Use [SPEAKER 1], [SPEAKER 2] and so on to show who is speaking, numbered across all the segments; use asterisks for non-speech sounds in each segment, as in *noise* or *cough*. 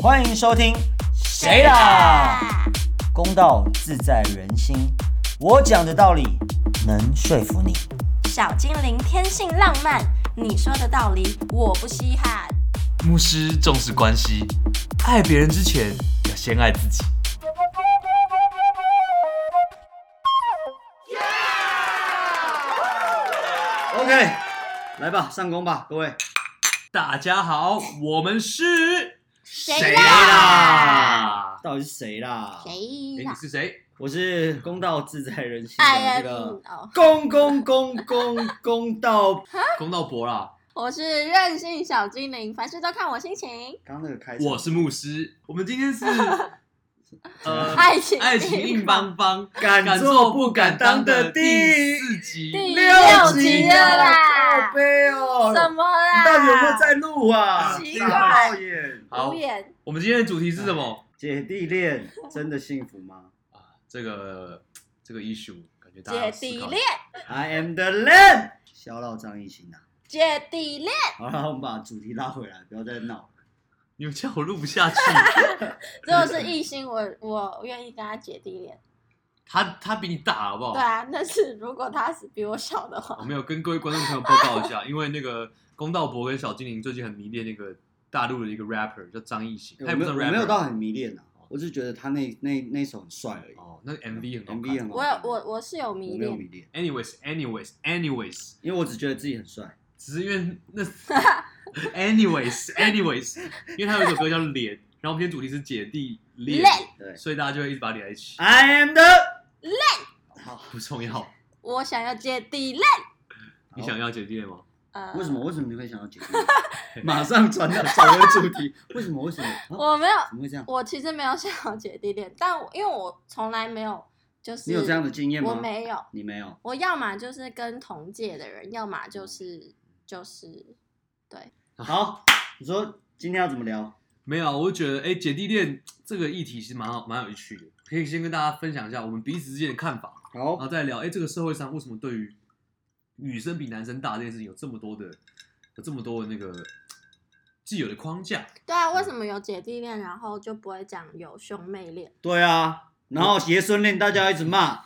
[SPEAKER 1] 欢迎收听《谁啦》，公道自在人心，我讲的道理能说服你。
[SPEAKER 2] 小精灵天性浪漫，你说的道理我不稀罕。
[SPEAKER 3] 牧师重视关系，爱别人之前要先爱自己。
[SPEAKER 1] OK，来吧，上工吧，各位。
[SPEAKER 3] 大家好，我们是
[SPEAKER 2] 谁
[SPEAKER 3] 啦？
[SPEAKER 1] 到底是谁啦？
[SPEAKER 2] 谁
[SPEAKER 3] 诶哎你？是谁？
[SPEAKER 1] 我是公道自在人心
[SPEAKER 2] 哎呀，
[SPEAKER 1] 哎的这个
[SPEAKER 2] 嗯哦，
[SPEAKER 1] 公公公公公道。
[SPEAKER 3] 公道伯啦，
[SPEAKER 2] 我是任性小精灵，凡事都看我心情。
[SPEAKER 1] 刚刚那个开场，
[SPEAKER 3] 我是牧师。我们今天
[SPEAKER 2] *laughs*
[SPEAKER 3] 是呃
[SPEAKER 2] 爱情
[SPEAKER 3] 爱情硬邦邦，
[SPEAKER 1] 敢做不敢当的第
[SPEAKER 3] 第四集。
[SPEAKER 2] 第
[SPEAKER 1] 六
[SPEAKER 2] 集
[SPEAKER 1] 集
[SPEAKER 2] 了
[SPEAKER 1] 了
[SPEAKER 2] 啦
[SPEAKER 1] 靠背哦，
[SPEAKER 2] 怎么啦？
[SPEAKER 1] 你到底有没有在录啊？
[SPEAKER 2] 啊奇怪
[SPEAKER 1] 大冒险
[SPEAKER 3] 好
[SPEAKER 2] 无，言？
[SPEAKER 3] 我们今天的主题是什么？
[SPEAKER 1] 姐弟恋真的幸福吗
[SPEAKER 3] 啊，这个这个 issue 感觉大家
[SPEAKER 2] 姐
[SPEAKER 3] 要思考
[SPEAKER 2] 弟
[SPEAKER 3] 一下
[SPEAKER 2] 恋，
[SPEAKER 1] ？I am the land，小老张一心呐、
[SPEAKER 2] 姐弟恋，
[SPEAKER 1] 啊。好了，我们把主题拉回来，不要再闹了。
[SPEAKER 3] 你们叫我录不下去。
[SPEAKER 2] 如果是异性，我我愿意跟他姐弟恋。
[SPEAKER 3] 他他比你大好不好？
[SPEAKER 2] 对啊，但是如果他是比我小的
[SPEAKER 3] 我
[SPEAKER 1] *laughs*
[SPEAKER 2] 话，
[SPEAKER 3] 没有跟各位观众朋友报告一下，因为那个公道伯跟小精灵最近很迷恋那个大陆的一个 rapper 叫张艺兴，他
[SPEAKER 1] 我
[SPEAKER 3] 也
[SPEAKER 1] 没
[SPEAKER 3] 不
[SPEAKER 1] 有
[SPEAKER 3] 算
[SPEAKER 1] 我
[SPEAKER 3] rapper，
[SPEAKER 1] 没有到很迷恋啊，我只是觉得他那那那首很帅而已。
[SPEAKER 3] 哦，那个 MV 很好
[SPEAKER 1] MV 很
[SPEAKER 3] 看。
[SPEAKER 1] 好
[SPEAKER 2] 我
[SPEAKER 1] 看
[SPEAKER 2] 有我我是有迷
[SPEAKER 1] 我没有
[SPEAKER 2] 恋，
[SPEAKER 1] 迷恋，
[SPEAKER 3] Anyways, anyways, anyways，
[SPEAKER 1] 因为我只觉得自己很帅。
[SPEAKER 3] 只是因为
[SPEAKER 2] *laughs*
[SPEAKER 3] 那 anyways, anyways，因为他有一首歌叫《脸》，然后我们今天主题是姐弟恋，
[SPEAKER 2] 恋
[SPEAKER 1] 对
[SPEAKER 3] 所以大家就会一直把它连在一起，
[SPEAKER 1] ，I am the
[SPEAKER 2] *laughs*
[SPEAKER 1] land。好，
[SPEAKER 3] 不重要。
[SPEAKER 2] 我想要姐弟恋。
[SPEAKER 3] 你想要姐弟恋吗？
[SPEAKER 2] 呃，
[SPEAKER 1] 为什么？？为什么你会想要姐弟恋？ *laughs* 马上转到转回主题，为什么？为什么？啊
[SPEAKER 2] 我没有，
[SPEAKER 1] 怎么会这样？
[SPEAKER 2] 我其实没有想要姐弟恋，但我因为我从来没有，就是
[SPEAKER 1] 你有这样的经验吗？
[SPEAKER 2] 我，没有，
[SPEAKER 1] 你没
[SPEAKER 3] *laughs*
[SPEAKER 1] 有。
[SPEAKER 2] 我要么就是跟同届的人，要么就是就是
[SPEAKER 1] 好，你说今天要怎么聊？
[SPEAKER 3] 没有啊，我就觉得哎、姐弟恋这个议题其实蛮好，蛮有趣的，可以先跟大家分享一下我们彼此之间的看法。然
[SPEAKER 1] 好
[SPEAKER 3] 后，再聊，哎、这个社会上为什么对于女生比男生大这件事情有这么多的有这么多的那个既有的框架？
[SPEAKER 2] 对啊，为什么有姐弟恋，然后就不会讲有兄妹恋？ *laughs*
[SPEAKER 1] 对啊，然后爷孙恋大家一直骂，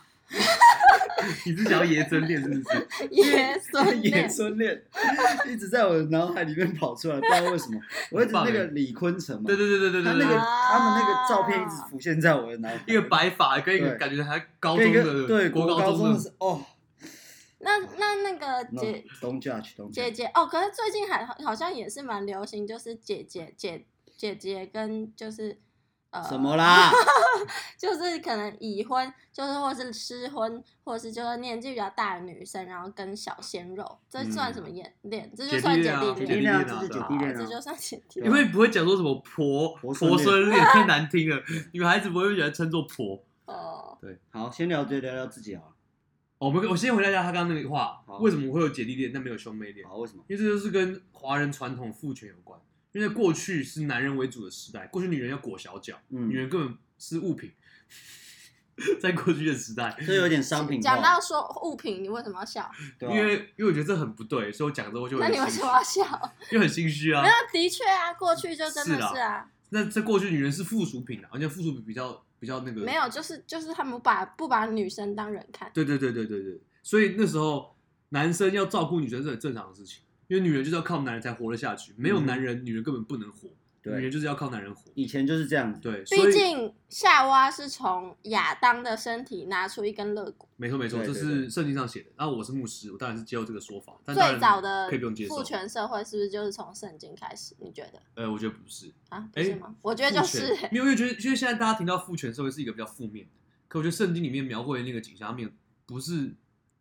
[SPEAKER 3] 你是想要爷孙恋是不是？
[SPEAKER 2] 爷孙
[SPEAKER 1] 爷
[SPEAKER 2] 恋，
[SPEAKER 1] 孙
[SPEAKER 3] *laughs*
[SPEAKER 1] 恋一直在我的脑海里面跑出来，不知道为什么，我一直那个李坤城嘛，
[SPEAKER 3] 欸对对对对对
[SPEAKER 1] 他
[SPEAKER 3] 对
[SPEAKER 1] 那
[SPEAKER 3] 对
[SPEAKER 1] 个
[SPEAKER 3] 对，
[SPEAKER 1] 他们那个照片一直浮现在我的脑海里，
[SPEAKER 3] 一个白发跟一个
[SPEAKER 1] 对
[SPEAKER 3] 感觉还高
[SPEAKER 1] 跟
[SPEAKER 3] 中
[SPEAKER 1] 一个
[SPEAKER 3] 的
[SPEAKER 1] 对
[SPEAKER 3] 国
[SPEAKER 1] 高
[SPEAKER 3] 中
[SPEAKER 1] 的是哦，
[SPEAKER 2] 那那那个
[SPEAKER 1] 那
[SPEAKER 2] 姐
[SPEAKER 1] don't judge don't
[SPEAKER 2] 姐
[SPEAKER 1] judge，
[SPEAKER 2] 姐哦，可是最近还好像也是蛮流行，就是姐姐姐姐姐跟就是呃
[SPEAKER 1] 什么
[SPEAKER 3] *laughs*
[SPEAKER 1] 啦？
[SPEAKER 2] 就是可能已婚，就是或是失婚，或者是就是年纪比较大的女生，然后跟小鲜肉，这算什么恋恋？这就算姐弟
[SPEAKER 1] 姐弟
[SPEAKER 2] 恋，
[SPEAKER 1] 恋啊，这是
[SPEAKER 3] 姐弟恋
[SPEAKER 1] 姐
[SPEAKER 3] 啊
[SPEAKER 1] 弟恋
[SPEAKER 2] 这就
[SPEAKER 1] 啊，
[SPEAKER 2] 算姐弟
[SPEAKER 1] 对
[SPEAKER 3] 因
[SPEAKER 2] 恋。
[SPEAKER 3] 为不会讲说什么婆
[SPEAKER 1] 婆
[SPEAKER 3] 婆
[SPEAKER 1] 孙恋
[SPEAKER 3] 孙恋太难听了，女孩子不会喜欢称作婆。
[SPEAKER 2] 哦，
[SPEAKER 1] 好，先聊聊聊聊自己好
[SPEAKER 3] 哦我们我先回答一下他刚刚那个话
[SPEAKER 1] 好，
[SPEAKER 3] 为什么会有姐弟恋但没有兄妹恋
[SPEAKER 1] 了，？好，为什么？
[SPEAKER 3] 因为这就是跟华人传统父权有关。因为在过去是男人为主的时代，过去女人要裹小脚，
[SPEAKER 1] 嗯
[SPEAKER 3] 女人根本是物品。 *laughs* 在过去的时代，
[SPEAKER 1] 这有点商品
[SPEAKER 2] 讲
[SPEAKER 1] 化
[SPEAKER 2] 到，说物品，你为什么要笑？
[SPEAKER 1] 对啊
[SPEAKER 3] 因
[SPEAKER 1] 吧？
[SPEAKER 3] 为因为我觉得这很不对，所以我讲之后就有
[SPEAKER 2] 那
[SPEAKER 3] 点
[SPEAKER 2] 你为
[SPEAKER 3] 心
[SPEAKER 2] 什
[SPEAKER 3] 虚
[SPEAKER 2] 么要笑？
[SPEAKER 3] 因为很心虚 *laughs* 啊
[SPEAKER 2] 没。有，的确啊，过去就真的是
[SPEAKER 3] 是
[SPEAKER 2] 啊，
[SPEAKER 3] 那在过去，女人是附属品啊，而且附属品比较比较那个
[SPEAKER 2] 没有，就是就是他们把不把女生当人看，
[SPEAKER 3] 对对对对对对，所以那时候男生要照顾女生是很正常的事情，因为女人就是要靠男人才活得下去，没有
[SPEAKER 1] 嗯
[SPEAKER 3] 男人，女人根本不能活，女人
[SPEAKER 1] 对，
[SPEAKER 3] 就是要靠男人活。
[SPEAKER 1] 以前就是这样子，
[SPEAKER 3] 对，所
[SPEAKER 2] 毕
[SPEAKER 3] 以。
[SPEAKER 2] 竟夏娃是从亚当的身体拿出一根肋骨，
[SPEAKER 3] 没错没错，
[SPEAKER 1] 对
[SPEAKER 3] 这
[SPEAKER 1] 对
[SPEAKER 3] 是圣经上写的。那我是牧师，我当然是接受这个说法，但当
[SPEAKER 2] 最
[SPEAKER 3] 然
[SPEAKER 2] 早的
[SPEAKER 3] 可以不用接受
[SPEAKER 2] 父。权社会是不是就是从圣经开始？你觉得
[SPEAKER 3] 呃，我觉得不是，
[SPEAKER 2] 啊？不是
[SPEAKER 3] 诶
[SPEAKER 2] 吗？我觉得就
[SPEAKER 3] 父
[SPEAKER 2] 是
[SPEAKER 3] 权。没有，因为觉得因为现在大家听到父权社会是一个比较负面的，可我觉得圣经里面描绘的那个景象，它没有不是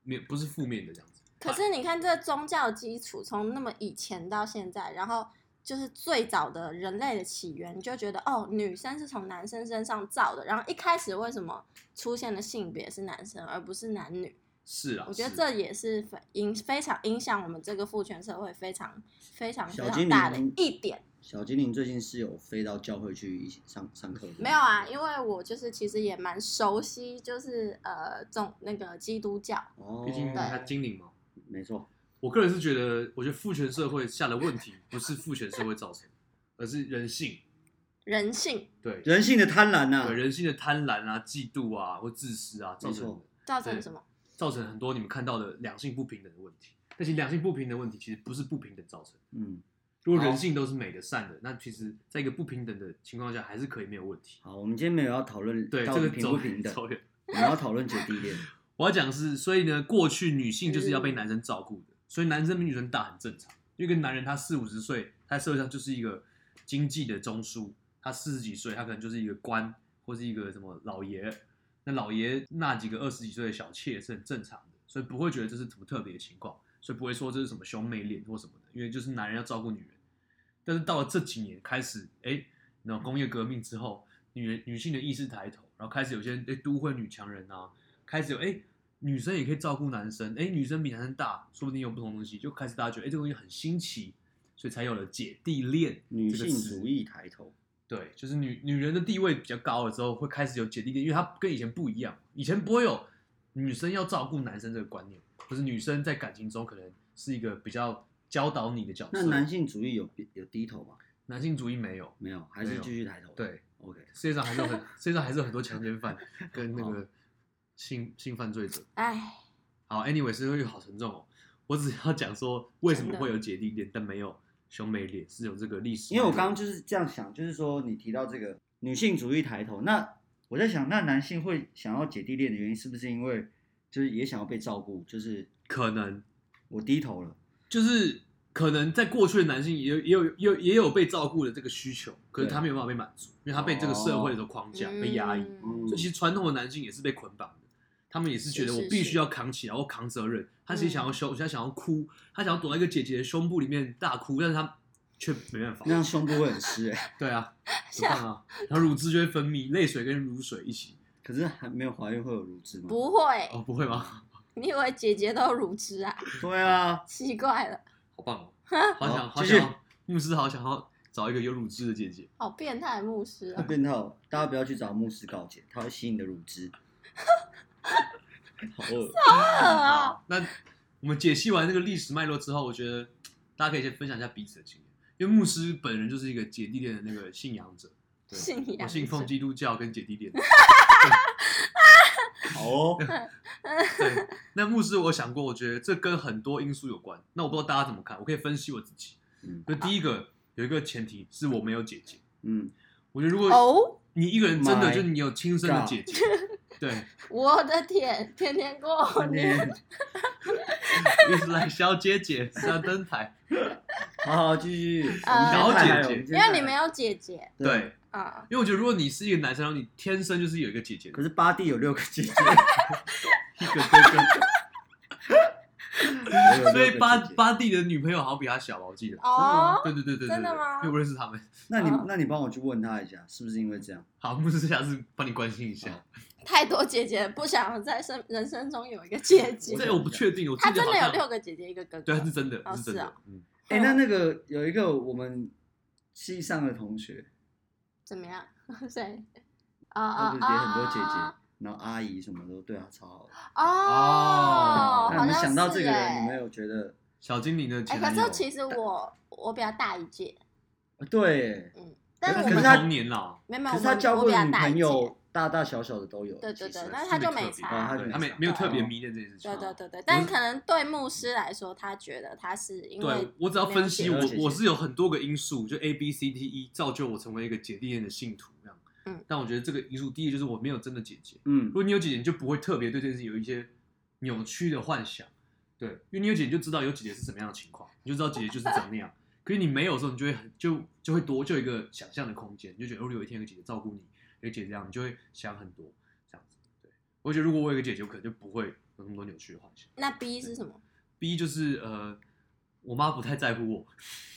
[SPEAKER 3] 没有不是负面的这样子。啊
[SPEAKER 2] 可是你看，这宗教基础从那么以前到现在，然后就是最早的人类的起源，你就觉得哦，女生是从男生身上造的。然后一开始为什么出现的性别是男生而不是男女？
[SPEAKER 3] 是啊，
[SPEAKER 2] 我觉得
[SPEAKER 3] 是
[SPEAKER 2] 这也是非影非常影响我们这个父权社会非常非常
[SPEAKER 1] 小
[SPEAKER 2] 非
[SPEAKER 1] 精
[SPEAKER 2] 常大的
[SPEAKER 1] 灵
[SPEAKER 2] 一点。
[SPEAKER 1] 小精灵最近是有飞到教会去一起上上课吗，
[SPEAKER 2] 没有啊，因为我就是其实也蛮熟悉，就是呃，总那个基督教。
[SPEAKER 1] 哦，
[SPEAKER 3] 毕竟他精灵嘛。
[SPEAKER 1] 没错，
[SPEAKER 3] 我个人是觉得，我觉得父权社会下的问题不是父权社会造成的，而是人性，
[SPEAKER 2] 人性
[SPEAKER 3] 对，
[SPEAKER 1] 人性的贪婪啊呐、
[SPEAKER 3] 对人性的贪婪啊、嫉妒啊或自私啊，造
[SPEAKER 1] 没
[SPEAKER 3] 成
[SPEAKER 1] 错
[SPEAKER 2] 造成什么？
[SPEAKER 3] 造成很多你们看到的两性不平等的问题。但其实两性不平等的问题其实不是不平等造成的，
[SPEAKER 1] 嗯，
[SPEAKER 3] 如果
[SPEAKER 1] 好
[SPEAKER 3] 人性都是美的、善的，那其实在一个不平等的情况下还是可以没有问题。
[SPEAKER 1] 好，我们今天没有要讨论
[SPEAKER 3] 对，
[SPEAKER 1] 到底
[SPEAKER 3] 这个
[SPEAKER 1] 平
[SPEAKER 3] 走
[SPEAKER 1] 不平等，
[SPEAKER 3] 走远
[SPEAKER 1] 我们要讨论姐弟恋。
[SPEAKER 3] 我要讲的是，所以呢，过去女性就是要被男生照顾的，所以男生比女生大很正常。因为一个男人他四五十岁，他社会上就是一个经济的中枢；他四十几岁，他可能就是一个官或是一个什么老爷。那老爷那几个二十几岁的小妾是很正常的，所以不会觉得这是什么特别的情况，所以不会说这是什么兄妹恋或什么的，因为就是男人要照顾女人。但是到了这几年开始，哎，那种工业革命之后，女人女性的意识抬头，然后开始有些哎都会女强人啊，开始有哎、诶女生也可以照顾男生，哎、女生比男生大，说不定有不同东西，就开始大家觉得哎、诶这个东西很新奇，所以才有了姐弟恋
[SPEAKER 1] 女
[SPEAKER 3] 这个
[SPEAKER 1] 性主
[SPEAKER 3] 词。
[SPEAKER 1] 义抬头，
[SPEAKER 3] 对，就是女女人的地位比较高了之后，会开始有姐弟恋，因为她跟以前不一样，以前不会有女生要照顾男生这个观念，就是女生在感情中可能是一个比较教导你的角色。
[SPEAKER 1] 那男性主义有有低头吗？
[SPEAKER 3] 男性主义没有，
[SPEAKER 1] 没有，还是继续抬头。
[SPEAKER 3] 对，
[SPEAKER 1] ，OK，
[SPEAKER 3] 世界上还是有
[SPEAKER 1] *laughs*
[SPEAKER 3] 很世界上还是有很多强奸犯跟那个性性犯罪者。
[SPEAKER 2] 哎，
[SPEAKER 3] 好，anyway，是会好沉重哦。我只要讲说为什么
[SPEAKER 2] 真的
[SPEAKER 3] 会有姐弟恋，但没有兄妹恋，是有这个历史。
[SPEAKER 1] 因为我刚刚就是这样想，就是说你提到这个女性主义抬头，那我在想，那男性会想要姐弟恋的原因，是不是因为就是也想要被照顾？就是
[SPEAKER 3] 可能
[SPEAKER 1] 我低头了，
[SPEAKER 3] 就是可能在过去的男性也有也有也有也有被照顾的这个需求，可是
[SPEAKER 1] 对
[SPEAKER 3] 他没有办法被满足，因为他被这个社会的框架、被压抑。
[SPEAKER 2] 嗯
[SPEAKER 3] 所以其实传统的男性也是被捆绑的，他们也是觉得
[SPEAKER 2] 是是
[SPEAKER 3] 我必须要扛起来，我扛责任。他其实
[SPEAKER 1] 嗯
[SPEAKER 3] 想要休，他想要哭，他想要躲在一个姐姐的胸部里面大哭，但是他却没办法
[SPEAKER 1] 那。样胸部会很湿哎、*laughs*
[SPEAKER 3] 对啊，怎么办啊？然后乳汁就会分泌，泪水跟乳水一起。
[SPEAKER 1] 可是还没有怀孕会有乳汁吗？
[SPEAKER 2] 不会，
[SPEAKER 3] 哦，不会吗？ *laughs*
[SPEAKER 2] 你以为姐姐都乳汁啊？ *laughs*
[SPEAKER 1] 对啊，
[SPEAKER 2] 奇怪了，
[SPEAKER 3] 好棒哦！好想
[SPEAKER 1] 好
[SPEAKER 3] 好
[SPEAKER 1] 继续
[SPEAKER 3] 想要，牧师好想要找一个有乳汁的姐姐。
[SPEAKER 2] 好变态的牧师
[SPEAKER 1] 会
[SPEAKER 2] 啊！
[SPEAKER 1] 变态哦，大家不要去找牧师告解，他会吸你的乳汁。好饿，
[SPEAKER 2] 啊，
[SPEAKER 3] 好，那我们解析完这个历史脉络之后，我觉得大家可以先分享一下彼此的经验，因为牧师本人就是一个姐弟恋的那个信仰者，对
[SPEAKER 2] 信仰
[SPEAKER 3] 我信奉基督教跟姐弟恋。
[SPEAKER 1] 好哦，
[SPEAKER 3] 对，那牧师，我想过，我觉得这跟很多因素有关。那我不知道大家怎么看，我可以分析我自己。
[SPEAKER 1] 嗯
[SPEAKER 3] 那第一个有一个前提是我没有姐姐，
[SPEAKER 2] *laughs*
[SPEAKER 1] 嗯，
[SPEAKER 3] 我觉得如果
[SPEAKER 2] 哦，
[SPEAKER 3] 你一个人真
[SPEAKER 1] My
[SPEAKER 3] 的就是你有亲生的姐姐，对，
[SPEAKER 2] 我的天，天天过
[SPEAKER 1] 今
[SPEAKER 2] 年，
[SPEAKER 1] *laughs* 天
[SPEAKER 3] 伊斯兰小姐姐上登啊台，
[SPEAKER 1] 好 *laughs* 好继续，
[SPEAKER 2] 呃
[SPEAKER 1] 我们先
[SPEAKER 3] 了
[SPEAKER 1] 看
[SPEAKER 3] 解
[SPEAKER 1] 我们
[SPEAKER 2] 因
[SPEAKER 1] 先
[SPEAKER 2] 为
[SPEAKER 1] 看
[SPEAKER 2] 你没有姐姐
[SPEAKER 1] 对，
[SPEAKER 3] 对，
[SPEAKER 2] 啊，
[SPEAKER 3] 因为我觉得如果你是一个男生，然后你天生就是有一个姐姐，
[SPEAKER 1] 可是巴蒂有六个姐
[SPEAKER 3] *laughs*
[SPEAKER 1] 姐，
[SPEAKER 3] 一个哥
[SPEAKER 1] 我有六个
[SPEAKER 3] 哥，所以巴
[SPEAKER 1] 姐姐
[SPEAKER 3] 巴蒂的女朋友好像比他小吧，我记得。
[SPEAKER 2] 哦，
[SPEAKER 3] 对对对对对，
[SPEAKER 2] 真的吗
[SPEAKER 3] 对因为我认识他们。
[SPEAKER 1] 那你
[SPEAKER 2] 哦
[SPEAKER 1] 那你帮我去问他一下，是不是因为这样？
[SPEAKER 3] 好，牧师下次帮你关心一下
[SPEAKER 1] 好。
[SPEAKER 2] 太多姐姐，不想在生人生中有一个姐姐。
[SPEAKER 3] 这我不确定，我记
[SPEAKER 2] 他
[SPEAKER 3] 得
[SPEAKER 2] 真的
[SPEAKER 3] 好
[SPEAKER 2] 有
[SPEAKER 3] 像
[SPEAKER 2] 六，个姐姐，一个哥哥。
[SPEAKER 3] 对，他是真的，
[SPEAKER 2] 哦
[SPEAKER 3] 是真
[SPEAKER 2] 是
[SPEAKER 3] 的
[SPEAKER 2] 哦。
[SPEAKER 3] 嗯，
[SPEAKER 1] 哎、那那个有一个我们系上的同学，
[SPEAKER 2] *laughs* 怎么样？ *laughs* 谁？啊
[SPEAKER 1] 他
[SPEAKER 2] 啊
[SPEAKER 1] 不是也
[SPEAKER 2] 啊！
[SPEAKER 1] 很多姐姐，然后阿姨什么都对她超好的。
[SPEAKER 2] 哦，
[SPEAKER 1] 那
[SPEAKER 2] 好
[SPEAKER 1] 你们
[SPEAKER 2] 像
[SPEAKER 1] 哎想到这个
[SPEAKER 2] 是
[SPEAKER 1] 人，
[SPEAKER 2] 欸
[SPEAKER 1] 你们有觉得？
[SPEAKER 3] 小精灵的
[SPEAKER 2] 哎，
[SPEAKER 3] 前
[SPEAKER 2] 可
[SPEAKER 3] 男友
[SPEAKER 2] 是，其实我我比较大一届，
[SPEAKER 1] 呃对，
[SPEAKER 2] 但
[SPEAKER 1] 可是
[SPEAKER 2] 我
[SPEAKER 3] 我
[SPEAKER 2] 们
[SPEAKER 3] 们
[SPEAKER 1] 他
[SPEAKER 3] 同年啦，
[SPEAKER 2] 没有没
[SPEAKER 1] 可
[SPEAKER 2] 有，我
[SPEAKER 1] 是他
[SPEAKER 2] 们
[SPEAKER 1] 交
[SPEAKER 2] 我
[SPEAKER 1] 过
[SPEAKER 2] 比
[SPEAKER 1] 的
[SPEAKER 2] 较
[SPEAKER 1] 女
[SPEAKER 2] 大一
[SPEAKER 1] 朋
[SPEAKER 2] 届
[SPEAKER 1] 友，，大大小小的都有。
[SPEAKER 2] 对对
[SPEAKER 1] 其实
[SPEAKER 2] 对那他就没差
[SPEAKER 1] 哦他就
[SPEAKER 3] 对
[SPEAKER 1] 没
[SPEAKER 3] 他没
[SPEAKER 1] 差
[SPEAKER 3] 没有特别
[SPEAKER 1] 哦
[SPEAKER 3] 迷恋这件事情
[SPEAKER 2] 对。对对对。但可能对牧师来说，他觉得他是因为
[SPEAKER 3] 对我只要分
[SPEAKER 1] 没
[SPEAKER 3] 析，
[SPEAKER 1] 有
[SPEAKER 3] 我
[SPEAKER 1] 姐姐
[SPEAKER 3] 我是有很多个因素，就 A B C D E 造就我成为一个姐弟恋的信徒这样。
[SPEAKER 2] 嗯，
[SPEAKER 3] 但我觉得这个因素，第一就是我没有真的姐姐。
[SPEAKER 1] 嗯
[SPEAKER 3] 如，果你有姐姐，你就不会特别对这件事有一些扭曲的幻想。对，因为你有姐姐，你就知道有姐姐是什么样的情况，你就知道姐姐就是长那样。 *laughs* 可是你没有的时候，你就会很就就会多就有一个想象的空间，你就觉得如果有一天有个姐姐照顾你，有个姐姐这样，你就会想很多这样子。对，我觉得如果我有一个姐姐，我可能就不会有那么多扭曲的幻想。
[SPEAKER 2] 那 B 是什么？
[SPEAKER 3] B 就是呃，我妈不太在乎我，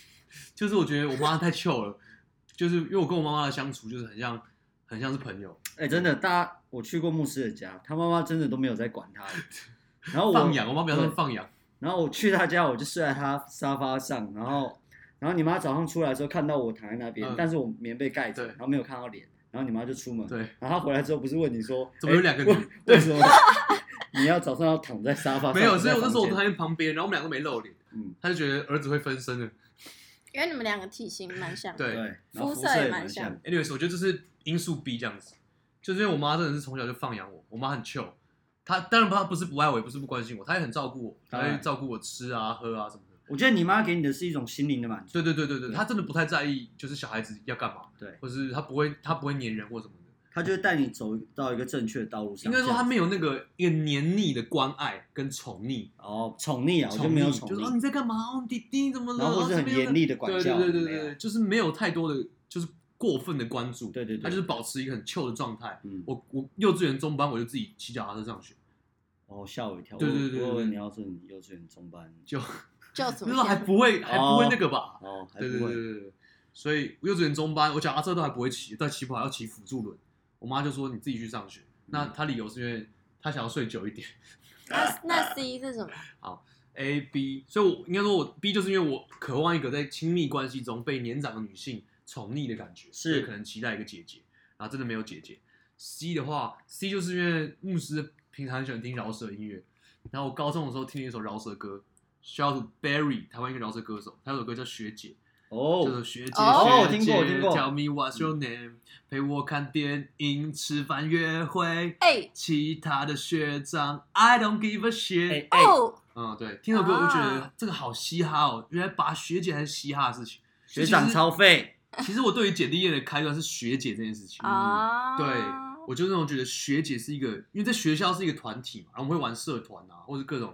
[SPEAKER 3] *laughs* 就是我觉得我妈太糗了， *laughs* 就是因为我跟我妈妈的相处就是很像很像是朋友，
[SPEAKER 1] 哎、真的，大家我去过牧师的家，他妈妈真的都没有在管他。然后我
[SPEAKER 3] 放养，我妈比较说
[SPEAKER 1] 对
[SPEAKER 3] 放养，
[SPEAKER 1] 然后我去他家，我就睡在他沙发上，然后，然后你妈早上出来的时候看到我躺在那边，
[SPEAKER 3] 嗯
[SPEAKER 1] 但是我棉被盖着，
[SPEAKER 3] 对
[SPEAKER 1] 然后没有看到脸，然后你妈就出门，
[SPEAKER 3] 对
[SPEAKER 1] 然后她回来之后不是问你说，
[SPEAKER 3] 怎么有
[SPEAKER 1] 诶
[SPEAKER 3] *laughs* 两个
[SPEAKER 1] 为
[SPEAKER 3] 女
[SPEAKER 1] 为什么？你要早上要躺在沙发上，
[SPEAKER 3] 没有，所以
[SPEAKER 1] 哦在
[SPEAKER 3] 我那时候我
[SPEAKER 1] 房
[SPEAKER 3] 都
[SPEAKER 1] 间
[SPEAKER 3] 在旁边，然后我们两个没露脸，
[SPEAKER 1] 嗯，
[SPEAKER 3] 他就觉得儿子会分身的。
[SPEAKER 2] 因为你们两个体型蛮像的。
[SPEAKER 1] 对，
[SPEAKER 3] 对
[SPEAKER 1] 然后
[SPEAKER 2] 肤
[SPEAKER 1] 色
[SPEAKER 2] 色也
[SPEAKER 1] 也
[SPEAKER 2] 蛮
[SPEAKER 1] 蛮像
[SPEAKER 2] 像
[SPEAKER 1] 的，
[SPEAKER 3] ，anyways，我觉得这是因素 B 这样子，就是因为我妈真的是从小就放养我，我妈很 chill，她当然她不是不爱我，也不是不关心我，她也很照顾我，她
[SPEAKER 1] 当然
[SPEAKER 3] 会照顾我吃啊、喝啊什么的。
[SPEAKER 1] 我觉得你妈给你的是一种心灵的满足，
[SPEAKER 3] 对对对对对，
[SPEAKER 1] 对
[SPEAKER 3] 她真的不太在意，就是小孩子要干嘛，
[SPEAKER 1] 对，
[SPEAKER 3] 或是她不会她不会黏人或什么的。
[SPEAKER 1] 她就会带你走到一个正确的道路上。
[SPEAKER 3] 应该说
[SPEAKER 1] 这
[SPEAKER 3] 她
[SPEAKER 1] 样
[SPEAKER 3] 没有那个一个黏腻的关爱跟宠溺，
[SPEAKER 1] 哦宠溺啊，我就
[SPEAKER 3] 宠
[SPEAKER 1] 没有
[SPEAKER 3] 溺
[SPEAKER 1] 宠
[SPEAKER 3] 就是哦
[SPEAKER 1] 溺，
[SPEAKER 3] 你在干嘛？哦弟弟你怎么了？
[SPEAKER 1] 然后或是
[SPEAKER 3] 哦
[SPEAKER 1] 很
[SPEAKER 3] 这边有
[SPEAKER 1] 严厉的管教，
[SPEAKER 3] 对对对
[SPEAKER 1] 没
[SPEAKER 3] 对
[SPEAKER 1] 有
[SPEAKER 3] 对，，就是没有太多的就是过分的关注，
[SPEAKER 1] 对对对
[SPEAKER 3] 她就是保持一个很 chill 的状态。
[SPEAKER 1] 嗯，
[SPEAKER 3] 我我幼稚园中班我就自己骑脚踏车上学，
[SPEAKER 1] 哦吓我一跳，
[SPEAKER 3] 对对
[SPEAKER 1] 我
[SPEAKER 3] 对对
[SPEAKER 1] 我以为
[SPEAKER 3] 对
[SPEAKER 1] 你要说你幼稚园中班，
[SPEAKER 3] 就
[SPEAKER 2] 就怎
[SPEAKER 3] 那时
[SPEAKER 2] 么
[SPEAKER 3] 候还
[SPEAKER 2] 样
[SPEAKER 3] 不会还不会
[SPEAKER 1] 哦
[SPEAKER 3] 那个吧？
[SPEAKER 1] 哦还
[SPEAKER 3] 对对
[SPEAKER 1] 不
[SPEAKER 3] 对
[SPEAKER 1] 会，
[SPEAKER 3] 对对对，所以幼稚园中班我脚踏车都还不会骑，但骑不好要骑辅助轮，我妈就说你自己去上学。
[SPEAKER 1] 嗯
[SPEAKER 3] 那她理由是因为她想要睡久一点
[SPEAKER 2] 那那 C 是什么？
[SPEAKER 3] ，A B，所以我应该说我 B 就是因为我渴望一个在亲密关系中被年长的女性宠溺的感觉，
[SPEAKER 1] 是
[SPEAKER 3] 所以可能期待一个姐姐，然后真的没有姐姐。C 的话，C 就是因为牧师平常很喜欢听饶舌音乐，然后我高中的时候听了一首饶舌歌，Shout to Barry，台湾一个饶舌歌手，他有首歌叫《学姐》。叫做
[SPEAKER 1] 哦
[SPEAKER 3] 学姐，
[SPEAKER 2] 哦
[SPEAKER 3] 学
[SPEAKER 1] 听过
[SPEAKER 3] 姐
[SPEAKER 1] 听过
[SPEAKER 3] ，Tell me what's your name，陪我看电影、吃饭、约会。
[SPEAKER 2] 哎
[SPEAKER 3] 其他的学长，I don't give a shit。
[SPEAKER 1] 哎
[SPEAKER 2] 哦，
[SPEAKER 3] 嗯，对，听首歌我就觉得
[SPEAKER 2] 啊
[SPEAKER 3] 这个好嘻哈哦，原来把学姐还是嘻哈的事情。
[SPEAKER 1] 学长
[SPEAKER 3] 其实
[SPEAKER 1] 超费，
[SPEAKER 3] *laughs* 其实我对于姐弟恋的开端是学姐这件事情。嗯
[SPEAKER 2] 啊，
[SPEAKER 3] 对，我就那种觉得学姐是一个，因为在学校是一个团体嘛，然后我们会玩社团啊，或者各种，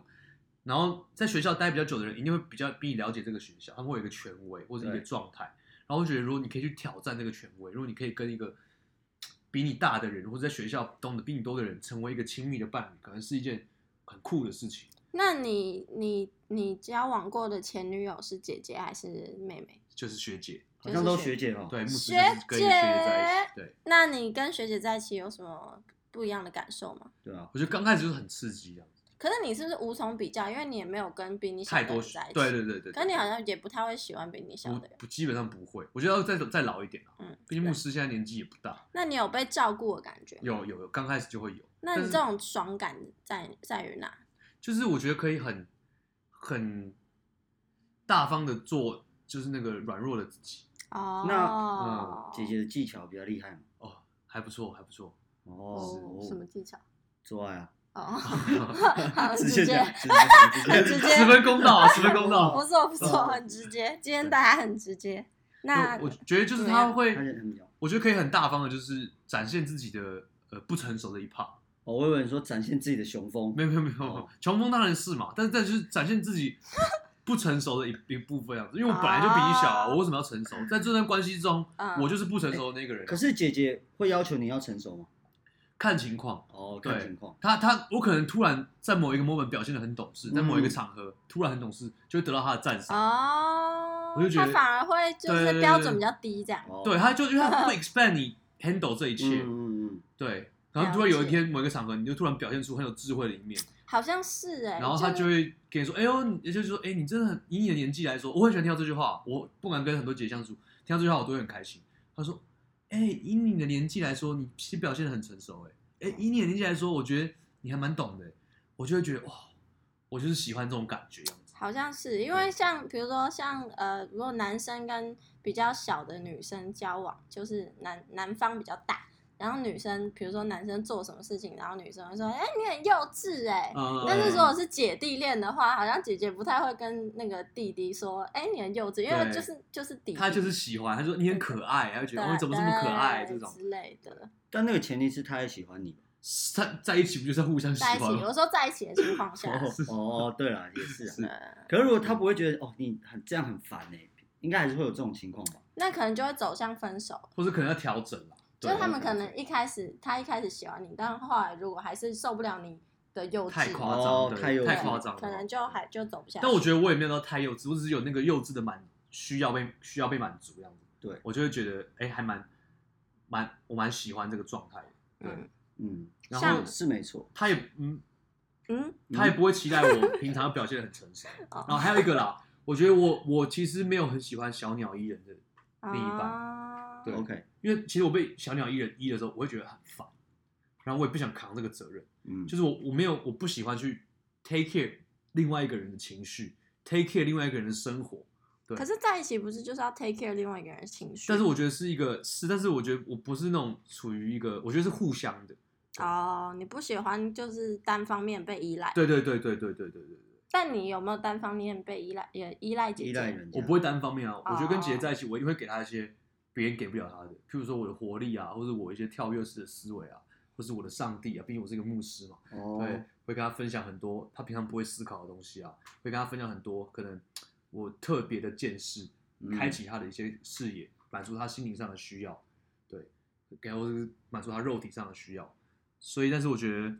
[SPEAKER 3] 然后在学校待比较久的人，一定会比较比你了解这个学校，他们会有一个权威或者一个
[SPEAKER 1] 对
[SPEAKER 3] 状态，然后我觉得如果你可以去挑战这个权威，如果你可以跟一个比你大的人，或者在学校懂得比你多的人，成为一个亲密的伴侣，可能是一件很酷的事情。
[SPEAKER 2] 那你你你交往过的前女友是姐姐还是妹妹？
[SPEAKER 3] 就是学姐，
[SPEAKER 1] 好像都学姐哦，
[SPEAKER 3] 对，牧师就
[SPEAKER 2] 学
[SPEAKER 3] 是跟一个学姐在一起，对，
[SPEAKER 2] 那你跟学姐在一起有什么不一样的感受吗？
[SPEAKER 1] 对啊，
[SPEAKER 3] 我觉得刚开始就是很刺激啊，
[SPEAKER 2] 可是你是不是无从比较？因为你也没有跟比你小
[SPEAKER 3] 太
[SPEAKER 2] 的
[SPEAKER 3] 多
[SPEAKER 2] 人
[SPEAKER 3] 学
[SPEAKER 2] 在一起，，
[SPEAKER 3] 对对对对，
[SPEAKER 2] 可是你好像也不太会喜欢比你小
[SPEAKER 3] 不
[SPEAKER 2] 的人，
[SPEAKER 3] 不，基本上不会。我觉得要再再老一点啊，
[SPEAKER 2] 嗯，
[SPEAKER 3] 毕竟牧
[SPEAKER 2] 对
[SPEAKER 3] 师现在年纪也不大，
[SPEAKER 2] 那你有被照顾的感觉？
[SPEAKER 3] 有。有有，刚开始就会有。
[SPEAKER 2] 那
[SPEAKER 3] 但
[SPEAKER 2] 你
[SPEAKER 3] 是
[SPEAKER 2] 这种爽感在在于哪？
[SPEAKER 3] 就是我觉得可以很很大方的做，就是那个软弱的自己
[SPEAKER 2] 哦，
[SPEAKER 3] 嗯
[SPEAKER 1] 那姐姐的技巧比较厉害嘛，
[SPEAKER 3] 哦，还不错，还不错。 *laughs*
[SPEAKER 1] 哦
[SPEAKER 2] 哦，，什么啊技巧？
[SPEAKER 1] 做爱啊，
[SPEAKER 2] 哦，好
[SPEAKER 3] 好
[SPEAKER 2] 很直
[SPEAKER 1] 接
[SPEAKER 2] 接 *laughs*
[SPEAKER 1] 讲，，直接讲直接
[SPEAKER 2] 很直接
[SPEAKER 3] 十分公道啊，十分公道
[SPEAKER 2] *laughs* 不
[SPEAKER 3] 啊。
[SPEAKER 2] 错不错，很直接。今天大家很直接。那
[SPEAKER 3] 我我觉得就是
[SPEAKER 2] 啊
[SPEAKER 3] 他会
[SPEAKER 1] 他，就很有。
[SPEAKER 3] 我觉得可以很大方的，就是展现自己的呃不成熟的一 part。
[SPEAKER 1] 哦，我以为你说展现自己的雄风
[SPEAKER 3] 没，有没有没有
[SPEAKER 1] 哦，
[SPEAKER 3] 穷疯当然是嘛，但是但就是展现自己不成熟的一一部分样子，因为我本来就比你小啊，
[SPEAKER 2] 啊
[SPEAKER 3] 我为什么要成熟？在这段关系中，
[SPEAKER 2] 嗯
[SPEAKER 3] 我就是不成熟的那个人啊。
[SPEAKER 1] 啊可是姐姐会要求你要成熟吗？
[SPEAKER 3] 看情况，
[SPEAKER 1] 哦，
[SPEAKER 3] 对
[SPEAKER 1] 看情况。
[SPEAKER 3] 他他我可能突然在某一个 moment 表现的很懂事，在某一个
[SPEAKER 1] 嗯啊
[SPEAKER 3] 场合突然很懂事，就会得到他的赞赏。
[SPEAKER 2] 哦，
[SPEAKER 3] 我就觉
[SPEAKER 2] 他
[SPEAKER 3] 得
[SPEAKER 2] 反而会就
[SPEAKER 3] 对对
[SPEAKER 2] 是
[SPEAKER 3] 对
[SPEAKER 2] 标准比较低这样。
[SPEAKER 1] 哦
[SPEAKER 3] 对，，他就因为他会 expect 你 handle 这一切，
[SPEAKER 1] 嗯嗯
[SPEAKER 3] 对，然后突然有一天某一个场合，你就突然表现出很有智慧的一面，
[SPEAKER 2] 好像是哎、
[SPEAKER 3] 然后他
[SPEAKER 2] 就
[SPEAKER 3] 就会跟你说，哎呦，你也就是说，哎，你真的很以你的年纪来说，我很喜欢听到这句话，我不管跟很多姐姐相处，听到这句话我都会很开心。他说，哎，以你的年纪来说，你其实表现的很成熟，哎，哎，以你的年纪来说，我觉得你还蛮懂的，我就会觉得哇，我就是喜欢这种感觉样子。
[SPEAKER 2] 好像是因
[SPEAKER 3] 对
[SPEAKER 2] 为像比如说像呃，如果男生跟比较小的女生交往，就是男男方比较大，然后女生比如说男生做什么事情，然后女生会说：“哎、你很幼稚哎、
[SPEAKER 3] 嗯，
[SPEAKER 2] 但是如果是姐弟恋的话，好像姐姐不太会跟那个弟弟说：“哎、你很幼稚”，因为
[SPEAKER 3] 对
[SPEAKER 2] 就是就是弟弟，
[SPEAKER 3] 他就是喜欢，他说你很可爱，他就觉
[SPEAKER 2] 对
[SPEAKER 3] 得哦你怎么这么可爱
[SPEAKER 2] 对
[SPEAKER 3] 这种，
[SPEAKER 2] 之类的。
[SPEAKER 1] 但那个前提是他也喜欢你。
[SPEAKER 3] 他在一起不就是互相喜
[SPEAKER 2] 在一起，
[SPEAKER 3] 欢吗？
[SPEAKER 2] 有时候在一起的情况下，
[SPEAKER 1] 哦哦，对了，也是啊。
[SPEAKER 2] 呃
[SPEAKER 1] 可是如果
[SPEAKER 3] 嗯
[SPEAKER 1] 他不会觉得哦，你很这样很烦呢，欸应该还是会有这种情况吧？
[SPEAKER 2] 那可能就会走向分手。
[SPEAKER 3] 或者可能要调整啊啦。
[SPEAKER 2] 就是他们
[SPEAKER 1] 对
[SPEAKER 2] 可能一开始他一开始喜欢你，但后来如果还是受不了你的幼稚，
[SPEAKER 3] 太夸
[SPEAKER 1] 哦
[SPEAKER 3] 张，对
[SPEAKER 1] 太幼稚
[SPEAKER 3] 太
[SPEAKER 2] 对
[SPEAKER 3] 夸张了，哦
[SPEAKER 2] 可能就还就走不下去。
[SPEAKER 3] 但我觉得我也没有到太幼稚，我只是有那个幼稚的满需要被需要被满足这样子。
[SPEAKER 1] 对
[SPEAKER 3] 我就会觉得哎，还蛮蛮我蛮喜欢这个状态的。对
[SPEAKER 2] 嗯，
[SPEAKER 1] 嗯，
[SPEAKER 3] 然后
[SPEAKER 2] 像
[SPEAKER 1] 是没错。
[SPEAKER 3] 他也嗯，
[SPEAKER 2] 嗯，
[SPEAKER 3] 他也不会期待我平常表现得很成熟。然后还有一个啦，我觉得我我其实没有很喜欢小鸟依人的，另一半
[SPEAKER 2] 啊
[SPEAKER 3] 对
[SPEAKER 1] OK，
[SPEAKER 3] 因为其实我被小鸟依人依的时候，我会觉得很烦，然后我也不想扛这个责任。
[SPEAKER 1] 嗯，
[SPEAKER 3] 就是我我没有我不喜欢去 take care 另外一个人的情绪，take care 另外一个人的生活。对
[SPEAKER 2] 可是在一起不是就是要 take care 另外一个人的情绪？
[SPEAKER 3] 但是我觉得是一个是，但是我觉得我不是那种处于一个，我觉得是互相的。
[SPEAKER 2] 哦，你不喜欢就是单方面被依赖，
[SPEAKER 3] 对对对对对对对对对，
[SPEAKER 2] 但你有没有单方面被依赖？也依赖姐姐？
[SPEAKER 1] 依赖人家，
[SPEAKER 2] *laughs*
[SPEAKER 3] 我不会单方面啊。我觉得跟姐姐在一起，我一定会给她一些别人给不了她的，譬如说我的活力啊，或者我一些跳跃式的思维啊，或是我的上帝啊，毕竟我是一个牧师嘛。
[SPEAKER 1] 哦，
[SPEAKER 3] 对，会跟他分享很多他平常不会思考的东西啊，会跟他分享很多可能我特别的见识，
[SPEAKER 1] 嗯
[SPEAKER 3] 开启他的一些视野，满足他心灵上的需要，对，然后是满足他肉体上的需要。所以，但是我觉得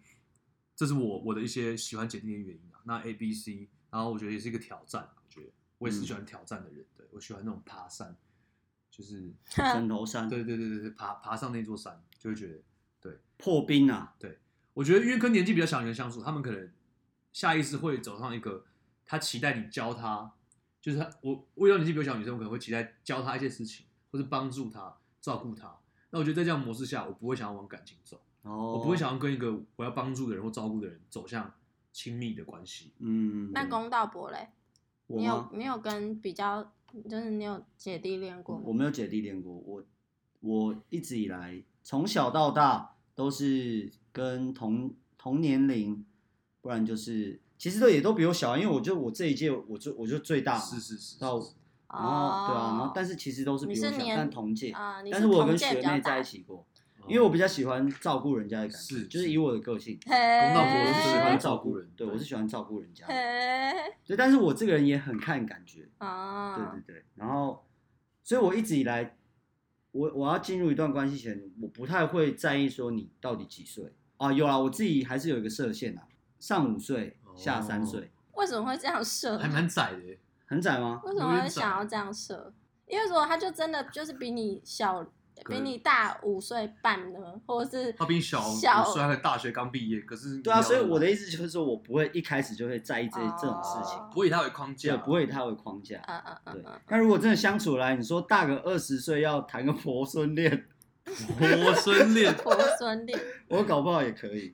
[SPEAKER 3] 这是我我的一些喜欢姐弟的原因啊。那 A、B、C，然后我觉得也是一个挑战啊，我觉得我也是
[SPEAKER 1] 嗯
[SPEAKER 3] 喜欢挑战的人，对我喜欢那种爬山，就是
[SPEAKER 1] 枕头山
[SPEAKER 3] 对对对对对，爬爬上那座山就会觉得。
[SPEAKER 1] 破冰啊，
[SPEAKER 3] 我觉得因为跟年纪比较小的人相处，他们可能下意识会走上一个他期待你教他，就是他我我遇到年纪比较小的女生，我可能会期待教她一些事情，或是帮助她、照顾她。那我觉得在这样模式下，我不会想要往感情走，
[SPEAKER 1] 哦，
[SPEAKER 3] 我不会，想要跟一个我要帮助的人或照顾的人走向亲密的关系。
[SPEAKER 1] 嗯，
[SPEAKER 2] 那公道博嘞？
[SPEAKER 1] 我
[SPEAKER 2] 你有
[SPEAKER 1] 吗？
[SPEAKER 2] 你有跟比较，就是你有姐弟恋过
[SPEAKER 1] 我
[SPEAKER 2] 吗？
[SPEAKER 1] 没有姐弟恋过，我我一直以来从小到大都是跟同同年龄，不然就是其实都也都比我小，因为我就我这一届我就我就最大嘛，
[SPEAKER 3] 是是是，
[SPEAKER 1] 到
[SPEAKER 3] 是
[SPEAKER 1] 然后对啊，然后
[SPEAKER 2] 哦
[SPEAKER 1] 但是其实都是比
[SPEAKER 2] 你
[SPEAKER 1] 我小，
[SPEAKER 2] 是年
[SPEAKER 1] 但同届，
[SPEAKER 2] 啊，你
[SPEAKER 1] 但是我有
[SPEAKER 2] 同
[SPEAKER 1] 跟
[SPEAKER 2] 届
[SPEAKER 1] 学
[SPEAKER 2] 比较
[SPEAKER 1] 妹
[SPEAKER 2] 大
[SPEAKER 1] 在一，起过，因为我比较喜欢照顾人家的感觉，
[SPEAKER 3] 哦是
[SPEAKER 1] 就是
[SPEAKER 3] 是
[SPEAKER 1] 以我的个性，
[SPEAKER 2] 公 *laughs*
[SPEAKER 3] 公道
[SPEAKER 1] 我
[SPEAKER 3] 婆
[SPEAKER 1] 是
[SPEAKER 3] 是
[SPEAKER 1] 喜
[SPEAKER 2] 哦
[SPEAKER 1] 欢照
[SPEAKER 3] 照顾
[SPEAKER 1] 顾
[SPEAKER 3] 人
[SPEAKER 1] 对
[SPEAKER 3] 对
[SPEAKER 1] 我是喜欢照顾人家的，
[SPEAKER 2] 哎嘿
[SPEAKER 1] 对，但是我这个人也很看感觉，
[SPEAKER 2] 啊，
[SPEAKER 1] 对对对，然后，所以我一直以来，我我要进入一段关系前，我不太会在意说你到底几岁啊，有啦，我自己还是有一个设限啊，上五岁，下三
[SPEAKER 3] 哦
[SPEAKER 1] 岁，
[SPEAKER 2] 为什么会这样设？
[SPEAKER 3] 嗯还蛮窄的耶，
[SPEAKER 1] 很窄吗？
[SPEAKER 2] 为什么会想要这样设？因为如果他就真的就是比你小，
[SPEAKER 3] 可
[SPEAKER 2] 比
[SPEAKER 3] 能
[SPEAKER 2] 你大五岁半呢，或者是
[SPEAKER 3] 他比你小五
[SPEAKER 2] 小
[SPEAKER 3] 岁，他可能大学刚毕业，可是
[SPEAKER 1] 对啊，
[SPEAKER 3] 你要
[SPEAKER 1] 所以我的意思就是说我不会一开始就会在意这这种事情，
[SPEAKER 2] 哦
[SPEAKER 3] 不会以他为框
[SPEAKER 1] 也
[SPEAKER 3] 架，
[SPEAKER 1] 不会太会框架。
[SPEAKER 2] 嗯嗯嗯
[SPEAKER 1] 对
[SPEAKER 2] 嗯，，，
[SPEAKER 1] 那如果真的相处来，你说大个二十岁要谈个婆孙恋， *laughs*
[SPEAKER 3] 婆孙恋
[SPEAKER 2] 婆孙恋，
[SPEAKER 1] 我搞不好也可以。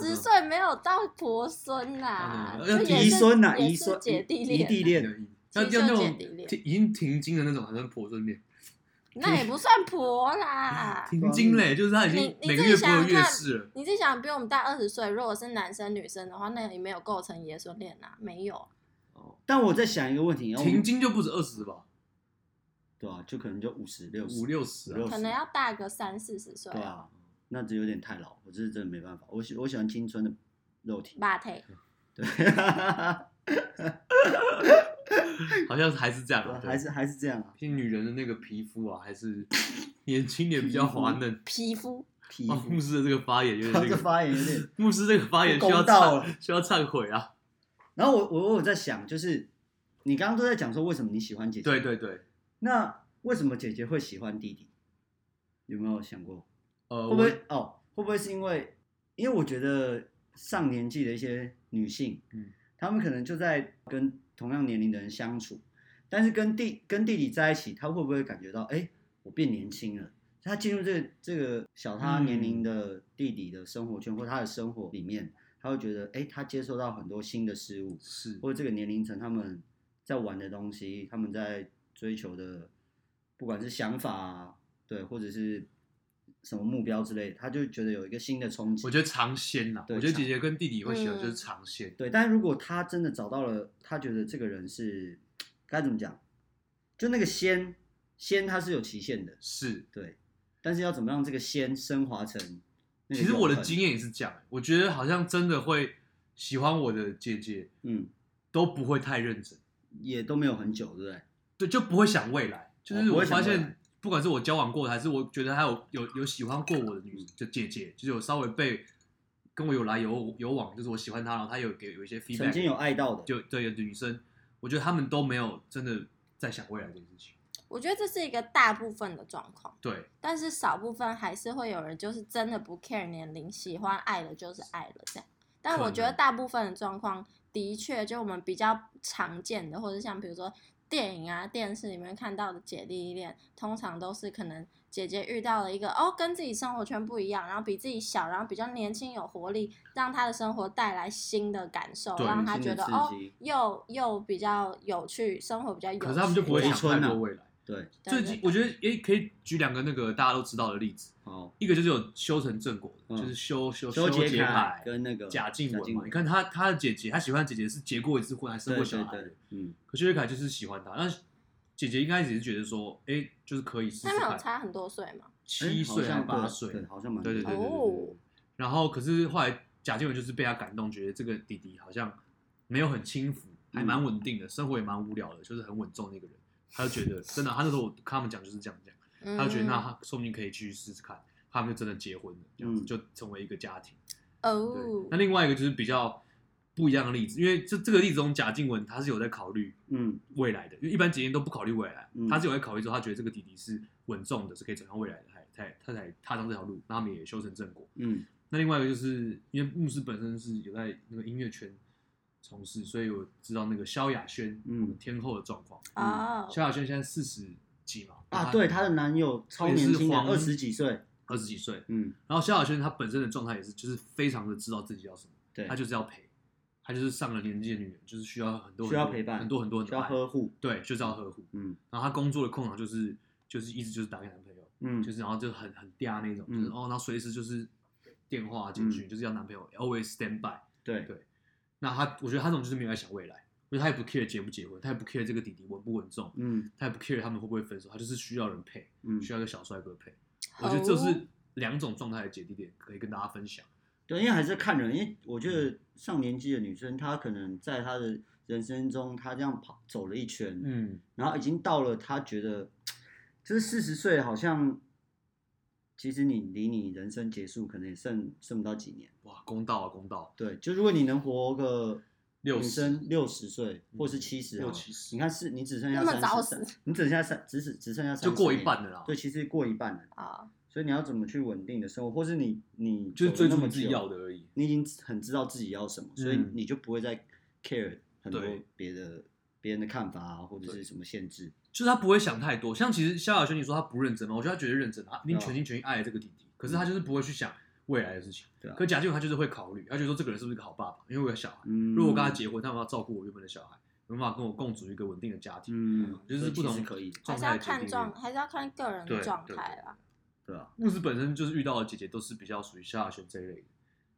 [SPEAKER 2] 二十岁没有到婆孙啦，
[SPEAKER 3] 嗯
[SPEAKER 2] 就也
[SPEAKER 1] 姨
[SPEAKER 2] 是
[SPEAKER 1] 呃孙呐，
[SPEAKER 2] 也
[SPEAKER 1] 姨
[SPEAKER 2] 是
[SPEAKER 1] 孙
[SPEAKER 2] 姐弟
[SPEAKER 1] 姨弟
[SPEAKER 2] 恋，啊
[SPEAKER 1] 恋，
[SPEAKER 3] 要要
[SPEAKER 2] 亲
[SPEAKER 3] 那
[SPEAKER 2] 兄
[SPEAKER 3] 种
[SPEAKER 2] 姐弟恋
[SPEAKER 3] 停已经停经的那种，好像婆孙恋。
[SPEAKER 2] 那也不算婆
[SPEAKER 3] *laughs*
[SPEAKER 2] 啦。
[SPEAKER 3] 停经嘞，就是他已经
[SPEAKER 2] 啊你你
[SPEAKER 3] 每个
[SPEAKER 2] 自己
[SPEAKER 3] 月不
[SPEAKER 2] 想
[SPEAKER 3] 会
[SPEAKER 2] 想
[SPEAKER 3] 月
[SPEAKER 2] 看
[SPEAKER 3] 事了。
[SPEAKER 2] 你自己想，比我们大二十岁，如果是男生女生的话，那也没有构成爷孙恋啊，没有。
[SPEAKER 1] 但我在想一个问题，要
[SPEAKER 3] 停经就不止二十吧，
[SPEAKER 1] 对啊，就可能就五十六
[SPEAKER 3] 五六十
[SPEAKER 1] 六
[SPEAKER 3] 啊
[SPEAKER 1] 十。
[SPEAKER 2] 可能要大个三四十岁
[SPEAKER 1] 对
[SPEAKER 2] 啊。
[SPEAKER 1] 啊，那这有点太老，我这是真的没办法。我喜我喜欢青春的肉体，
[SPEAKER 2] 吧腿，
[SPEAKER 1] *laughs* 对，啊
[SPEAKER 3] 好像还是这样啊，对
[SPEAKER 1] 还是还是这样啊，
[SPEAKER 3] 毕竟女人的那个皮肤啊，还是年轻点比较滑
[SPEAKER 1] *laughs*
[SPEAKER 3] 嫩。
[SPEAKER 2] 皮肤
[SPEAKER 1] 皮
[SPEAKER 3] 哇，
[SPEAKER 1] 肤
[SPEAKER 3] 牧。师的这个发言有点
[SPEAKER 1] 他
[SPEAKER 3] 那
[SPEAKER 1] 这
[SPEAKER 3] 个，
[SPEAKER 1] *laughs* 发言有点，
[SPEAKER 3] 牧师这个发言需
[SPEAKER 1] 不
[SPEAKER 3] 要
[SPEAKER 1] 公道
[SPEAKER 3] 忏需要忏悔啊。
[SPEAKER 1] 然后我我我有在想，就是你刚刚都在讲说为什么你喜欢姐姐，
[SPEAKER 3] 对对对，
[SPEAKER 1] 那为什么姐姐会喜欢弟弟？有没有想过？
[SPEAKER 3] 呃，
[SPEAKER 1] 会不
[SPEAKER 3] 我
[SPEAKER 1] 会哦？会不会是因为？因为我觉得上年纪的一些女性，
[SPEAKER 3] 嗯，
[SPEAKER 1] 她们可能就在跟同样年龄的人相处，但是跟弟跟弟弟在一起，她会不会感觉到，哎，我变年轻了？她进入这个这个小她年
[SPEAKER 3] 嗯
[SPEAKER 1] 龄的弟弟的生活圈、或她的生活里面，她会觉得，哎，她接受到很多新的事物，
[SPEAKER 3] 是
[SPEAKER 1] 或者这个年龄层他们在玩的东西，他们在追求的，不管是想法啊，对，或者是什么目标之类，他就觉得有一个新的冲击。
[SPEAKER 3] 我觉得尝鲜呐，
[SPEAKER 1] 对
[SPEAKER 3] 我觉得姐姐跟弟弟会喜欢
[SPEAKER 2] 嗯
[SPEAKER 3] 就是尝鲜，
[SPEAKER 1] 对，但如果他真的找到了，他觉得这个人是该怎么讲，就那个仙仙，它是有期限的，
[SPEAKER 3] 是
[SPEAKER 1] 对。但是要怎么让这个仙升华成那个
[SPEAKER 3] 其实我的
[SPEAKER 1] 缘分
[SPEAKER 3] 经验也是这样，我觉得好像真的会喜欢我的姐姐
[SPEAKER 1] 嗯，
[SPEAKER 3] 都不会太认真，
[SPEAKER 1] 也都没有很久，对不对？
[SPEAKER 3] 对，就不会想未来。就是
[SPEAKER 1] 哦不
[SPEAKER 3] 我
[SPEAKER 1] 会想
[SPEAKER 3] 发
[SPEAKER 1] 未来
[SPEAKER 3] 现，不管是我交往过的，还是我觉得她有有有喜欢过我的
[SPEAKER 1] 嗯
[SPEAKER 3] 女就姐姐，就是有稍微被跟我有来有有往，就是我喜欢她，然后她有给有一些
[SPEAKER 1] 曾
[SPEAKER 3] feedback，
[SPEAKER 1] 经有爱到的，
[SPEAKER 3] 就对有的女生，我觉得她们都没有真的在想未来这件事情。
[SPEAKER 2] 我觉得这是一个大部分的状况，
[SPEAKER 3] 对，
[SPEAKER 2] 但是少部分还是会有人就是真的不 care 年龄，喜欢爱了就是爱了这样。但
[SPEAKER 3] 可
[SPEAKER 2] 我
[SPEAKER 3] 能
[SPEAKER 2] 觉得大部分的状况的确，就我们比较常见的，或者像比如说电影啊、电视里面看到的姐弟恋，通常都是可能姐姐遇到了一个哦，跟自己生活圈不一样，然后比自己小，然后比较年轻有活力，让她的生活带来新的感受，
[SPEAKER 3] 对
[SPEAKER 2] 让她
[SPEAKER 1] 新
[SPEAKER 2] 觉
[SPEAKER 1] 的
[SPEAKER 2] 得
[SPEAKER 1] 刺
[SPEAKER 2] 哦
[SPEAKER 1] 激，
[SPEAKER 2] 又又比较有趣，生活比较有趣。
[SPEAKER 3] 可是他们就不会
[SPEAKER 2] 这
[SPEAKER 3] 想
[SPEAKER 2] 样
[SPEAKER 3] 太
[SPEAKER 1] 啊
[SPEAKER 3] 多未来。
[SPEAKER 1] 对，
[SPEAKER 2] 对
[SPEAKER 3] 最
[SPEAKER 2] 对
[SPEAKER 3] 近
[SPEAKER 2] 对
[SPEAKER 3] 我觉得也可以举两个那个大家都知道的例子，
[SPEAKER 1] 好，
[SPEAKER 3] 一个就是有修成正果的，
[SPEAKER 1] 嗯
[SPEAKER 3] 就是修修
[SPEAKER 1] 周杰
[SPEAKER 3] 杰
[SPEAKER 1] 凯
[SPEAKER 3] 楷
[SPEAKER 1] 跟那个
[SPEAKER 3] 贾静雯嘛。你
[SPEAKER 1] 雯
[SPEAKER 3] 看他他的姐姐，他喜欢的姐姐是结过一次婚，还生
[SPEAKER 1] 对
[SPEAKER 3] 过
[SPEAKER 1] 对
[SPEAKER 3] 小孩的
[SPEAKER 1] 对，嗯，
[SPEAKER 3] 可修杰楷就是喜欢他，那姐姐一开始是觉得说，哎、就是可以试试
[SPEAKER 2] 他们有
[SPEAKER 3] 看，
[SPEAKER 2] 差很多岁嘛？
[SPEAKER 3] 七
[SPEAKER 1] 哎好
[SPEAKER 3] 岁还
[SPEAKER 1] 像
[SPEAKER 3] 八
[SPEAKER 1] 对
[SPEAKER 3] 岁，
[SPEAKER 1] 对，好像蛮
[SPEAKER 3] 对对对对对
[SPEAKER 2] 哦
[SPEAKER 3] 然后可是后来贾静雯就是被他感动，觉得这个弟弟好像没有很轻浮，还
[SPEAKER 1] 嗯
[SPEAKER 3] 蛮稳定的，生活也蛮无聊的，就是很稳重的一个人。他就觉得真的，他那时候我跟他们讲就是这样讲，
[SPEAKER 2] 嗯
[SPEAKER 3] 他就觉得那他说不定可以去试试看，他们就真的结婚了，这样子
[SPEAKER 1] 嗯
[SPEAKER 3] 就成为一个家庭。对
[SPEAKER 2] 哦，，
[SPEAKER 3] 那另外一个就是比较不一样的例子，因为这这个例子中贾静雯她是有在考虑
[SPEAKER 1] 嗯
[SPEAKER 3] 未来的，因为一般姐姐都不考虑未来，
[SPEAKER 1] 嗯
[SPEAKER 3] 她是有在考虑之后，她觉得这个弟弟是稳重的，是可以走向未来的，才才她才踏上这条路，那他们也修成正果。
[SPEAKER 1] 嗯
[SPEAKER 3] 那另外一个就是因为牧师本身是有在那个音乐圈从事，所以我知道那个萧亚轩，
[SPEAKER 1] 嗯
[SPEAKER 3] 天后的状况。
[SPEAKER 2] 哦，
[SPEAKER 3] 萧亚轩现在四十几嘛，
[SPEAKER 1] 啊，对，她的男友超年轻
[SPEAKER 3] 也是
[SPEAKER 1] 的，
[SPEAKER 3] 黄
[SPEAKER 1] 二十几岁，
[SPEAKER 3] 二十几岁，
[SPEAKER 1] 嗯，
[SPEAKER 3] 然后萧亚轩她本身的状态也是，就是非常的知道自己要什么，
[SPEAKER 1] 对，
[SPEAKER 3] 她就是要陪，她就是上了年纪的女人，就是需要很多
[SPEAKER 1] 需要
[SPEAKER 3] 很多
[SPEAKER 1] 陪伴
[SPEAKER 3] 很多很多很
[SPEAKER 1] 需
[SPEAKER 3] 多
[SPEAKER 1] 要
[SPEAKER 3] 爱
[SPEAKER 1] 呵护，
[SPEAKER 3] 对，就是要呵护。
[SPEAKER 1] 嗯
[SPEAKER 3] 然后她工作的空档就是就是一直就是打给男朋友，
[SPEAKER 1] 嗯，
[SPEAKER 3] 就是然后就很很嗲那种，就
[SPEAKER 1] 嗯
[SPEAKER 3] 是哦，然后随时就是电话啊简讯，就是要男朋友 always stand by。
[SPEAKER 1] 对
[SPEAKER 3] 对那她，我觉得她这种就是没有在想未来，因为她也不 care 结不结婚，她也不 care 这个弟弟稳不稳重，
[SPEAKER 1] 嗯
[SPEAKER 3] 她也不 care 他们会不会分手，她就是需要人配，
[SPEAKER 1] 嗯，
[SPEAKER 3] 需要一个小帅哥配。
[SPEAKER 2] 好哦
[SPEAKER 3] 我觉得这是两种状态的姐弟恋，可以跟大家分享。
[SPEAKER 1] 对，因为还是看人，因为我觉
[SPEAKER 3] 嗯
[SPEAKER 1] 得上年纪的女生，她可能在她的人生中，她这样跑走了一圈，
[SPEAKER 3] 嗯，
[SPEAKER 1] 然后已经到了她觉得，就是四十岁，好像其实你离你人生结束可能也剩剩不到几年。
[SPEAKER 3] 哇，公道啊，公道，
[SPEAKER 1] 对，就如果你能活个
[SPEAKER 3] 六
[SPEAKER 1] 女
[SPEAKER 3] 十
[SPEAKER 1] 生六十岁或是
[SPEAKER 3] 嗯
[SPEAKER 1] 七十，
[SPEAKER 3] 六七十
[SPEAKER 1] 你看是你只剩下
[SPEAKER 2] 那么早
[SPEAKER 1] 三十
[SPEAKER 2] 死，
[SPEAKER 1] 你只剩下三，只只只剩下
[SPEAKER 3] 就
[SPEAKER 1] 30
[SPEAKER 3] 过一
[SPEAKER 1] 年
[SPEAKER 3] 半的啦。
[SPEAKER 1] 对，其实过一半了。
[SPEAKER 2] 啊，
[SPEAKER 1] 所以你要怎么去稳定的生活，或是你你
[SPEAKER 3] 就是
[SPEAKER 1] 走
[SPEAKER 3] 追
[SPEAKER 1] 了
[SPEAKER 3] 逐
[SPEAKER 1] 那么
[SPEAKER 3] 自己
[SPEAKER 1] 久
[SPEAKER 3] 要的而已。
[SPEAKER 1] 你已经很知道自己要什么，所以
[SPEAKER 3] 嗯
[SPEAKER 1] 你就不会再 care 很多
[SPEAKER 3] 对
[SPEAKER 1] 别的别人的看法啊，或者
[SPEAKER 3] 对
[SPEAKER 1] 是什么限制。
[SPEAKER 3] 就是他不会想太多。像其实萧亚轩，你说他不认真吗？我觉得他绝对认真，他一
[SPEAKER 1] 对
[SPEAKER 3] 定
[SPEAKER 1] 啊
[SPEAKER 3] 全心全意爱这个弟弟，可是他就是不会去想未来的事情。
[SPEAKER 1] 对啊
[SPEAKER 3] 可贾静雯她就是会考虑，她觉得说这个人是不是个好爸爸？因为我有小孩，
[SPEAKER 1] 嗯，
[SPEAKER 3] 如果我跟他结婚，他有没有照顾我原本的小孩，有没有办法跟我共组一个稳定的家庭？
[SPEAKER 1] 嗯，
[SPEAKER 3] 就是
[SPEAKER 1] 所以
[SPEAKER 3] 不同
[SPEAKER 1] 其实可以的，
[SPEAKER 2] 还
[SPEAKER 3] 状
[SPEAKER 2] 是
[SPEAKER 3] 态
[SPEAKER 2] 要
[SPEAKER 3] 的决定
[SPEAKER 2] 看状，还是要看个人
[SPEAKER 3] 对
[SPEAKER 2] 的状
[SPEAKER 3] 对
[SPEAKER 2] 态啦。
[SPEAKER 1] 对吧？
[SPEAKER 3] 牧师本身就是遇到的姐姐都是比较属于萧亚轩这一类的，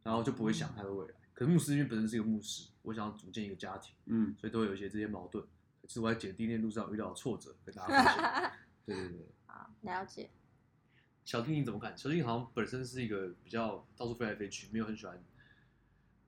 [SPEAKER 3] 然后就不会
[SPEAKER 2] 嗯
[SPEAKER 3] 想太多未来。可是牧师因为本身是一个牧师，我想要组建一个家庭，
[SPEAKER 1] 嗯，
[SPEAKER 3] 所以都会有一些这些矛盾。可是我在姐弟恋路上遇到的挫折，跟大家分
[SPEAKER 2] *laughs*
[SPEAKER 3] 享。对对对。
[SPEAKER 2] 好，了解。
[SPEAKER 3] 小丁你怎么看？小丁好像本身是一个比较到处飞来飞去，没有很喜欢。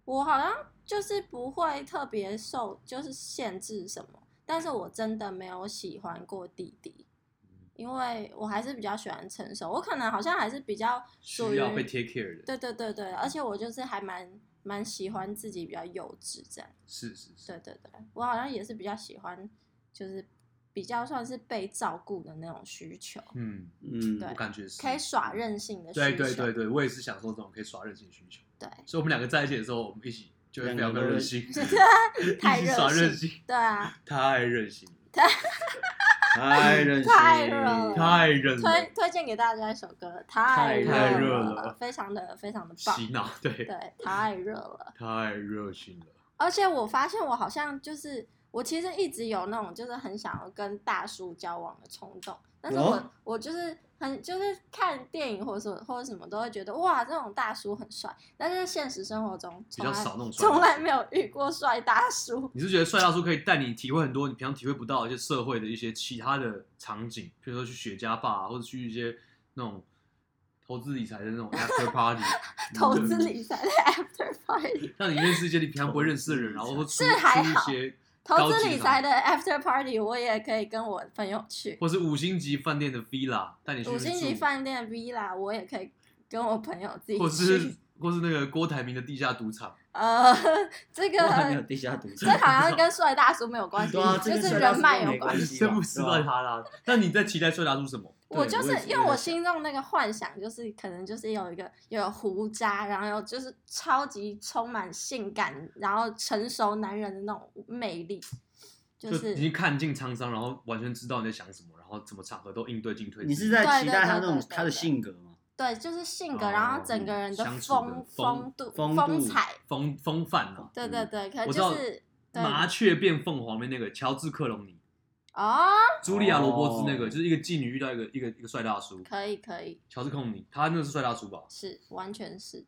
[SPEAKER 2] 我好像就是不会特别受，就是限制什么，但是我真的没有喜欢过弟弟，
[SPEAKER 3] 嗯
[SPEAKER 2] 因为我还是比较喜欢成熟，我可能好像还是比较属
[SPEAKER 3] 需
[SPEAKER 2] 于
[SPEAKER 3] 要被 take care 的，
[SPEAKER 2] 对对对对，而且我就是还蛮蛮喜欢自己比较幼稚这样，
[SPEAKER 3] 是是是，
[SPEAKER 2] 对对对，我好像也是比较喜欢，就是比较算是被照顾的那种需求，
[SPEAKER 3] 嗯，
[SPEAKER 1] 嗯，
[SPEAKER 2] 对
[SPEAKER 3] 我感觉是
[SPEAKER 2] 可以耍任性的需求，
[SPEAKER 3] 对对对对，我也是享受这种可以耍任性的需求。
[SPEAKER 2] 对 *laughs*
[SPEAKER 3] 所以我们两个在一起的时候，我们一起就会非常非常任性，
[SPEAKER 2] 太
[SPEAKER 3] 一起耍任
[SPEAKER 2] 任
[SPEAKER 3] 性，
[SPEAKER 2] 对啊，
[SPEAKER 3] 太任性了，
[SPEAKER 1] 太任性，
[SPEAKER 2] 太热了
[SPEAKER 3] 太任
[SPEAKER 2] 推
[SPEAKER 3] 了，
[SPEAKER 2] 推荐给大家一首歌，
[SPEAKER 3] 太
[SPEAKER 2] 热
[SPEAKER 1] 太
[SPEAKER 3] 热了
[SPEAKER 2] 了，非常的非常的棒，
[SPEAKER 3] 洗脑，对，
[SPEAKER 2] 对，太热了。
[SPEAKER 3] 太热心了，
[SPEAKER 2] 而且我发现我好像就是我其实一直有那种就是很想要跟大叔交往的冲动，但是我、
[SPEAKER 1] 哦
[SPEAKER 2] 我就是很就是看电影或者说或者什么都会觉得哇这种大叔很帅，但是现实生活中
[SPEAKER 3] 比
[SPEAKER 2] 从
[SPEAKER 3] 较
[SPEAKER 2] 来
[SPEAKER 3] 少那种
[SPEAKER 2] 从来
[SPEAKER 3] 帅。
[SPEAKER 2] 没有遇过帅大叔。
[SPEAKER 3] 你是觉得帅大叔可以带你体会很多你平常体会不到的一些社会的一些其他的场景，比如说去雪茄吧，啊或者去一些那种投资理财的那种 after
[SPEAKER 2] *laughs*
[SPEAKER 3] party，
[SPEAKER 1] 嗯
[SPEAKER 2] 投资
[SPEAKER 3] 对
[SPEAKER 2] 理财的 *laughs* after party，
[SPEAKER 3] 让你认识一些你平常不会认识的人，然后会出
[SPEAKER 2] 是还
[SPEAKER 3] 出一
[SPEAKER 2] 好
[SPEAKER 3] 些
[SPEAKER 2] 投
[SPEAKER 3] 高
[SPEAKER 2] 资
[SPEAKER 3] 级
[SPEAKER 2] 理
[SPEAKER 3] 场
[SPEAKER 2] 财的 after party，我也可以跟我朋友去。
[SPEAKER 3] 或是五星级饭店的 villa 带你去
[SPEAKER 2] 五星级
[SPEAKER 3] 住
[SPEAKER 2] 饭店的 villa，我也可以跟我朋友自己
[SPEAKER 3] 或是
[SPEAKER 2] 去。
[SPEAKER 3] 或是那个郭台铭的地下赌场，
[SPEAKER 2] 呃，这
[SPEAKER 1] *laughs* 我还没有
[SPEAKER 2] 个
[SPEAKER 1] 地下赌
[SPEAKER 3] *laughs*
[SPEAKER 2] 这
[SPEAKER 1] 场，
[SPEAKER 2] 好像跟帅大叔没有关系，
[SPEAKER 1] 对啊，这跟
[SPEAKER 2] 就是
[SPEAKER 1] 帅大
[SPEAKER 2] 人
[SPEAKER 1] 叔
[SPEAKER 2] 脉有
[SPEAKER 1] 没
[SPEAKER 2] 关
[SPEAKER 1] 关
[SPEAKER 2] 系。
[SPEAKER 1] 系
[SPEAKER 3] 真
[SPEAKER 1] 吧
[SPEAKER 3] 不知
[SPEAKER 1] 对
[SPEAKER 3] 道
[SPEAKER 1] 吧
[SPEAKER 3] 他啦。那你在期待帅大叔什么？
[SPEAKER 2] 我就
[SPEAKER 1] 我
[SPEAKER 2] 是
[SPEAKER 1] 也是
[SPEAKER 2] 因为
[SPEAKER 1] 我
[SPEAKER 2] 我
[SPEAKER 1] 也是
[SPEAKER 2] 心中那个幻想，就是可能就是有一个又有胡渣，然后又就是超级充满性感，然后成熟男人的那种魅力，就
[SPEAKER 3] 已
[SPEAKER 2] 是
[SPEAKER 3] 经看尽沧桑，然后完全知道你在想什么，然后怎么场合都应对进退之类的。
[SPEAKER 1] 你是在期待他那
[SPEAKER 2] 对对
[SPEAKER 1] 种
[SPEAKER 2] 对对对
[SPEAKER 1] 他的性格吗？
[SPEAKER 2] 对，就是性格，
[SPEAKER 3] 哦
[SPEAKER 2] 然后整个人的
[SPEAKER 3] 相处的
[SPEAKER 2] 风
[SPEAKER 3] 风
[SPEAKER 2] 度、
[SPEAKER 1] 风
[SPEAKER 2] 风
[SPEAKER 1] 度
[SPEAKER 2] 采，
[SPEAKER 3] 风风范啊，
[SPEAKER 2] 对
[SPEAKER 1] 嗯
[SPEAKER 2] 对对，可能
[SPEAKER 3] 我知
[SPEAKER 2] 就
[SPEAKER 3] 道
[SPEAKER 2] 是对
[SPEAKER 3] 麻雀变凤凰的那个乔治克隆尼，
[SPEAKER 2] 哦，
[SPEAKER 3] 茱莉亚罗伯兹那个，
[SPEAKER 1] 哦
[SPEAKER 3] 就是一个妓女遇到一个一个一个帅大叔，
[SPEAKER 2] 可以可以，
[SPEAKER 3] 乔治克隆尼，他那个是帅大叔吧？
[SPEAKER 2] 是完全是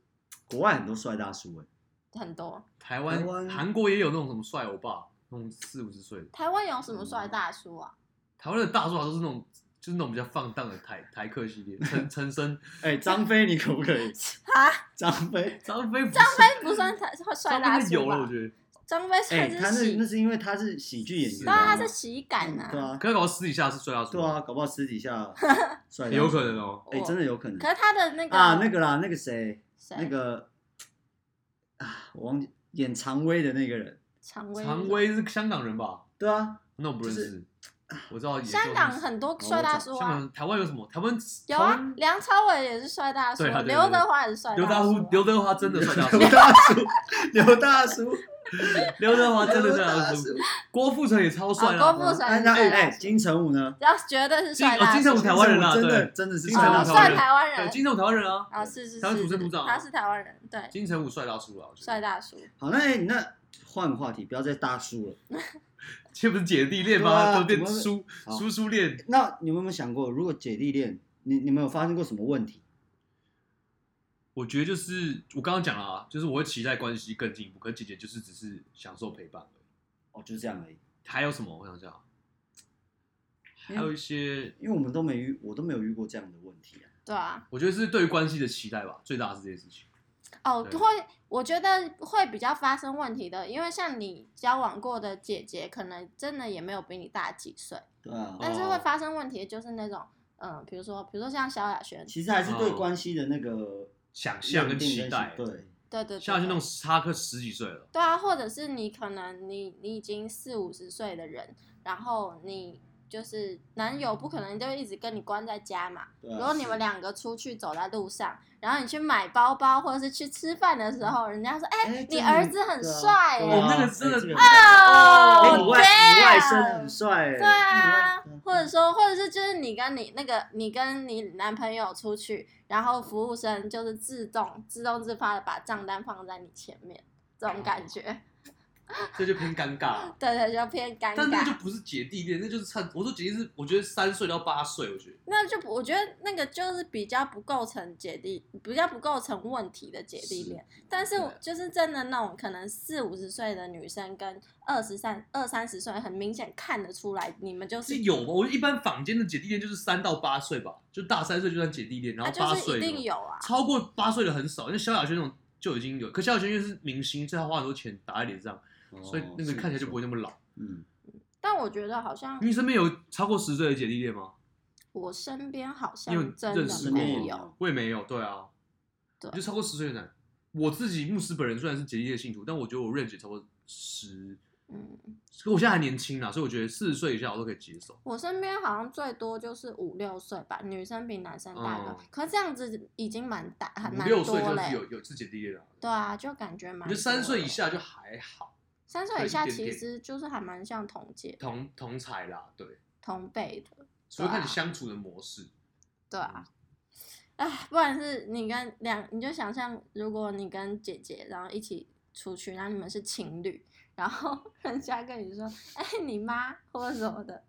[SPEAKER 1] 国外很多帅大叔哎、
[SPEAKER 2] 很多。
[SPEAKER 3] 台
[SPEAKER 1] 台
[SPEAKER 3] 湾、
[SPEAKER 1] 湾
[SPEAKER 3] 韩国也有那种什么帅欧巴，那种四五十岁的。
[SPEAKER 2] 台湾有什么
[SPEAKER 3] 嗯
[SPEAKER 2] 帅大叔啊？ *laughs*
[SPEAKER 3] 台湾的大叔好像都是那种，就是那种比较放荡的台台客系列，陈陈升、
[SPEAKER 1] 哎、张飞你可不可以？
[SPEAKER 2] 啊，
[SPEAKER 1] 张
[SPEAKER 2] *laughs*
[SPEAKER 1] 飞，
[SPEAKER 3] 张飞不是、
[SPEAKER 2] 张飞不算太帅
[SPEAKER 3] 张
[SPEAKER 2] 大
[SPEAKER 3] 飞是
[SPEAKER 2] 叔
[SPEAKER 3] 有了，我
[SPEAKER 2] 吧？
[SPEAKER 3] 觉得。
[SPEAKER 2] 张飞
[SPEAKER 1] 哎、
[SPEAKER 2] 算
[SPEAKER 1] 他
[SPEAKER 2] 是
[SPEAKER 1] 是
[SPEAKER 2] 喜
[SPEAKER 1] 那，是因为他是喜剧演员
[SPEAKER 2] 对
[SPEAKER 1] 啊，
[SPEAKER 2] 啊，他是喜感
[SPEAKER 1] 嗯对
[SPEAKER 2] 啊。
[SPEAKER 1] 啊，
[SPEAKER 3] 可是搞到私底下是帅大叔，
[SPEAKER 1] 对啊，，搞不好私底
[SPEAKER 2] *laughs*
[SPEAKER 1] 下帅大叔
[SPEAKER 3] 有可能，哦。
[SPEAKER 1] 哎、真的有可能
[SPEAKER 2] 可是他的那个
[SPEAKER 1] 啊，那个啦，那个谁，
[SPEAKER 2] 谁
[SPEAKER 1] 那个啊，我忘记演常威的那个人，
[SPEAKER 2] 常威，
[SPEAKER 3] 常威是香港人吧？
[SPEAKER 1] 对啊，
[SPEAKER 3] 那我不认
[SPEAKER 1] 就
[SPEAKER 3] 识，我知道也
[SPEAKER 2] 啊香港
[SPEAKER 3] 就是哦
[SPEAKER 2] 很多帅大叔
[SPEAKER 3] 香
[SPEAKER 2] 啊，
[SPEAKER 3] 港台湾有什么？台湾
[SPEAKER 2] 有
[SPEAKER 3] 台
[SPEAKER 2] 啊
[SPEAKER 3] 湾，
[SPEAKER 2] 梁朝伟也是帅大叔
[SPEAKER 3] 对啊，对对
[SPEAKER 2] 刘德华也是帅
[SPEAKER 3] 刘大
[SPEAKER 2] 叔
[SPEAKER 3] 叔
[SPEAKER 2] 啊，
[SPEAKER 3] 刘德华真的帅大叔，
[SPEAKER 1] 刘大叔， *laughs* 刘大
[SPEAKER 2] *laughs*
[SPEAKER 1] 叔，
[SPEAKER 3] 刘德华真的
[SPEAKER 1] 刘
[SPEAKER 3] 帅大
[SPEAKER 1] 大
[SPEAKER 3] 叔
[SPEAKER 1] 叔，，
[SPEAKER 3] 郭富城也超帅
[SPEAKER 2] 啊
[SPEAKER 3] 啦，
[SPEAKER 2] 郭富城
[SPEAKER 1] 哎
[SPEAKER 2] 也是
[SPEAKER 1] 那哎
[SPEAKER 2] 帅
[SPEAKER 1] 哎，
[SPEAKER 2] 大叔，
[SPEAKER 1] 金城武呢？
[SPEAKER 2] 然后绝对是
[SPEAKER 3] 金
[SPEAKER 2] 帅
[SPEAKER 3] 哦
[SPEAKER 2] 大叔，
[SPEAKER 3] 金城武台湾人啊
[SPEAKER 1] 金城武真的
[SPEAKER 3] 对
[SPEAKER 1] 真的是
[SPEAKER 3] 金
[SPEAKER 1] 帅
[SPEAKER 3] 城武
[SPEAKER 1] 大
[SPEAKER 2] 哦，
[SPEAKER 1] 叔，
[SPEAKER 3] 台湾
[SPEAKER 2] 算
[SPEAKER 3] 人
[SPEAKER 2] 台湾人
[SPEAKER 3] 对，金城武台湾人啊，
[SPEAKER 2] 啊，是是
[SPEAKER 3] 台湾
[SPEAKER 2] 是
[SPEAKER 3] 土生土
[SPEAKER 2] 是
[SPEAKER 3] 长啊
[SPEAKER 2] 他是台湾人，对，
[SPEAKER 3] 金城武帅大叔啊，我觉得
[SPEAKER 2] 帅，大叔，
[SPEAKER 1] 好，那哎你那换个话题，不要再大叔了。
[SPEAKER 3] 这不是姐弟恋
[SPEAKER 1] 对
[SPEAKER 3] 吗？
[SPEAKER 1] 啊
[SPEAKER 3] 都变
[SPEAKER 1] 怎么会
[SPEAKER 3] 叔
[SPEAKER 1] 好
[SPEAKER 3] 叔叔恋，
[SPEAKER 1] 那你们有没有想过，如果姐弟恋，你你们有发生过什么问题？
[SPEAKER 3] 我觉得就是我刚刚讲了啊，就是我会期待关系更进一步，可姐姐就是只是享受陪伴而已。
[SPEAKER 1] 哦，就是这样而已。
[SPEAKER 3] 还有什么？我想想，还有一些
[SPEAKER 1] 因为我们都没遇，我都没有遇过这样的问题啊。
[SPEAKER 2] 对啊，
[SPEAKER 3] 我觉得是对于关系的期待吧，最大的是这件事情。
[SPEAKER 2] 哦，
[SPEAKER 3] 对
[SPEAKER 2] 会，我觉得会比较发生问题的，因为像你交往过的姐姐，可能真的也没有比你大几岁，
[SPEAKER 1] 对啊，
[SPEAKER 2] 但是会
[SPEAKER 3] 哦
[SPEAKER 2] 发生问题的就是那种，嗯，比如说，比如说像萧亚轩，
[SPEAKER 1] 其实还是对
[SPEAKER 3] 哦
[SPEAKER 1] 关系的那个
[SPEAKER 3] 想象跟
[SPEAKER 1] 认定
[SPEAKER 3] 期待，
[SPEAKER 1] 对，
[SPEAKER 2] 对对对，
[SPEAKER 3] 像那
[SPEAKER 2] 对
[SPEAKER 3] 种差个十几岁了，
[SPEAKER 2] 对啊，或者是你可能你你已经四五十岁的人，然后你就是男友不可能就一直跟你关在家嘛。
[SPEAKER 1] 对啊
[SPEAKER 2] 如果你们两个出去走在路上，然后你去买包包或者是去吃饭的时候，人家说：“哎、
[SPEAKER 1] 哎
[SPEAKER 2] 你
[SPEAKER 1] 这
[SPEAKER 2] 儿
[SPEAKER 1] 个
[SPEAKER 2] 子很
[SPEAKER 1] 对啊
[SPEAKER 2] 帅
[SPEAKER 1] 对
[SPEAKER 2] 耶、
[SPEAKER 1] 啊
[SPEAKER 3] 哦那个真的
[SPEAKER 1] 哎这个
[SPEAKER 2] 哦
[SPEAKER 1] 哎，你外你外甥
[SPEAKER 2] damn
[SPEAKER 1] 很帅欸，
[SPEAKER 2] 对啊
[SPEAKER 1] 你外，
[SPEAKER 2] 或者说，或者是就是你跟你那个你跟你男朋友出去，然后服务生就是自动自动自发的把账单放在你前面，这种感觉，
[SPEAKER 3] 这就偏尴尬。
[SPEAKER 2] 对对，就偏啊 *laughs* 尴
[SPEAKER 3] 但
[SPEAKER 2] 尬。
[SPEAKER 3] 那就不是姐弟恋，那就是差。我说姐弟是，我觉得三岁到八岁，我觉得
[SPEAKER 2] 那就不我觉得那个就是比较不构成姐弟，比较不构成问题的姐弟恋。但是
[SPEAKER 3] 对
[SPEAKER 2] 就是真的那种可能四五十岁的女生跟二十三二三十岁，很明显看得出来，你们就是
[SPEAKER 3] 是有吗？我一般坊间的姐弟恋就是三到八岁吧，就大三岁就算姐弟恋，然
[SPEAKER 2] 啊，
[SPEAKER 3] 后
[SPEAKER 2] 就
[SPEAKER 3] 八
[SPEAKER 2] 是
[SPEAKER 3] 岁
[SPEAKER 2] 一
[SPEAKER 3] 的
[SPEAKER 2] 定有啊。
[SPEAKER 3] 超过八岁的很少，因为萧亚轩那种就已经有，可萧亚轩因为是明星，所以他花很多钱打在脸上，
[SPEAKER 1] 甥
[SPEAKER 3] 所以那个看起来就不会，
[SPEAKER 1] 哦
[SPEAKER 3] 那么老。
[SPEAKER 1] 是嗯，
[SPEAKER 2] 但我觉得好像
[SPEAKER 3] 你身边有超过十岁的姐弟恋吗？
[SPEAKER 2] 我身边好
[SPEAKER 3] 你有
[SPEAKER 2] 像真
[SPEAKER 3] 认识
[SPEAKER 2] 的
[SPEAKER 1] 身
[SPEAKER 3] 过
[SPEAKER 1] 边
[SPEAKER 3] 吗
[SPEAKER 2] 没
[SPEAKER 1] 也
[SPEAKER 2] 有。，
[SPEAKER 3] 我也没有，对啊，
[SPEAKER 2] 对
[SPEAKER 3] 我就超过十岁的男。我自己牧师本人虽然是姐弟恋信徒，但我觉得我 range 超过十，
[SPEAKER 2] 嗯，
[SPEAKER 3] 可我现在还年轻啦，所以我觉得四十岁以下我都可以接受。
[SPEAKER 2] 我身边好像最多就是五六岁吧，女生比男生大个，
[SPEAKER 3] 哦
[SPEAKER 2] 可这样子已经蛮大，还
[SPEAKER 3] 五
[SPEAKER 2] 蛮
[SPEAKER 3] 六
[SPEAKER 2] 多
[SPEAKER 3] 岁就是
[SPEAKER 2] 嘞。
[SPEAKER 3] 有有是姐弟恋了，
[SPEAKER 2] 对啊，就感觉
[SPEAKER 3] 我
[SPEAKER 2] 蛮。
[SPEAKER 3] 觉得三岁以。下就还好，
[SPEAKER 2] 三岁以下
[SPEAKER 3] 对一点
[SPEAKER 2] 其
[SPEAKER 3] 点
[SPEAKER 2] 实就是还蛮像同届、
[SPEAKER 3] 同同才啦，对，
[SPEAKER 2] 同辈的，
[SPEAKER 3] 所以看你相处的模式。
[SPEAKER 2] 对啊。
[SPEAKER 3] 嗯
[SPEAKER 2] 哎，不然是你跟两，你就想象如果你跟姐姐然后一起出去，然后你们是情侣，然后 *laughs* 人家跟你说，哎，你妈或者什么的，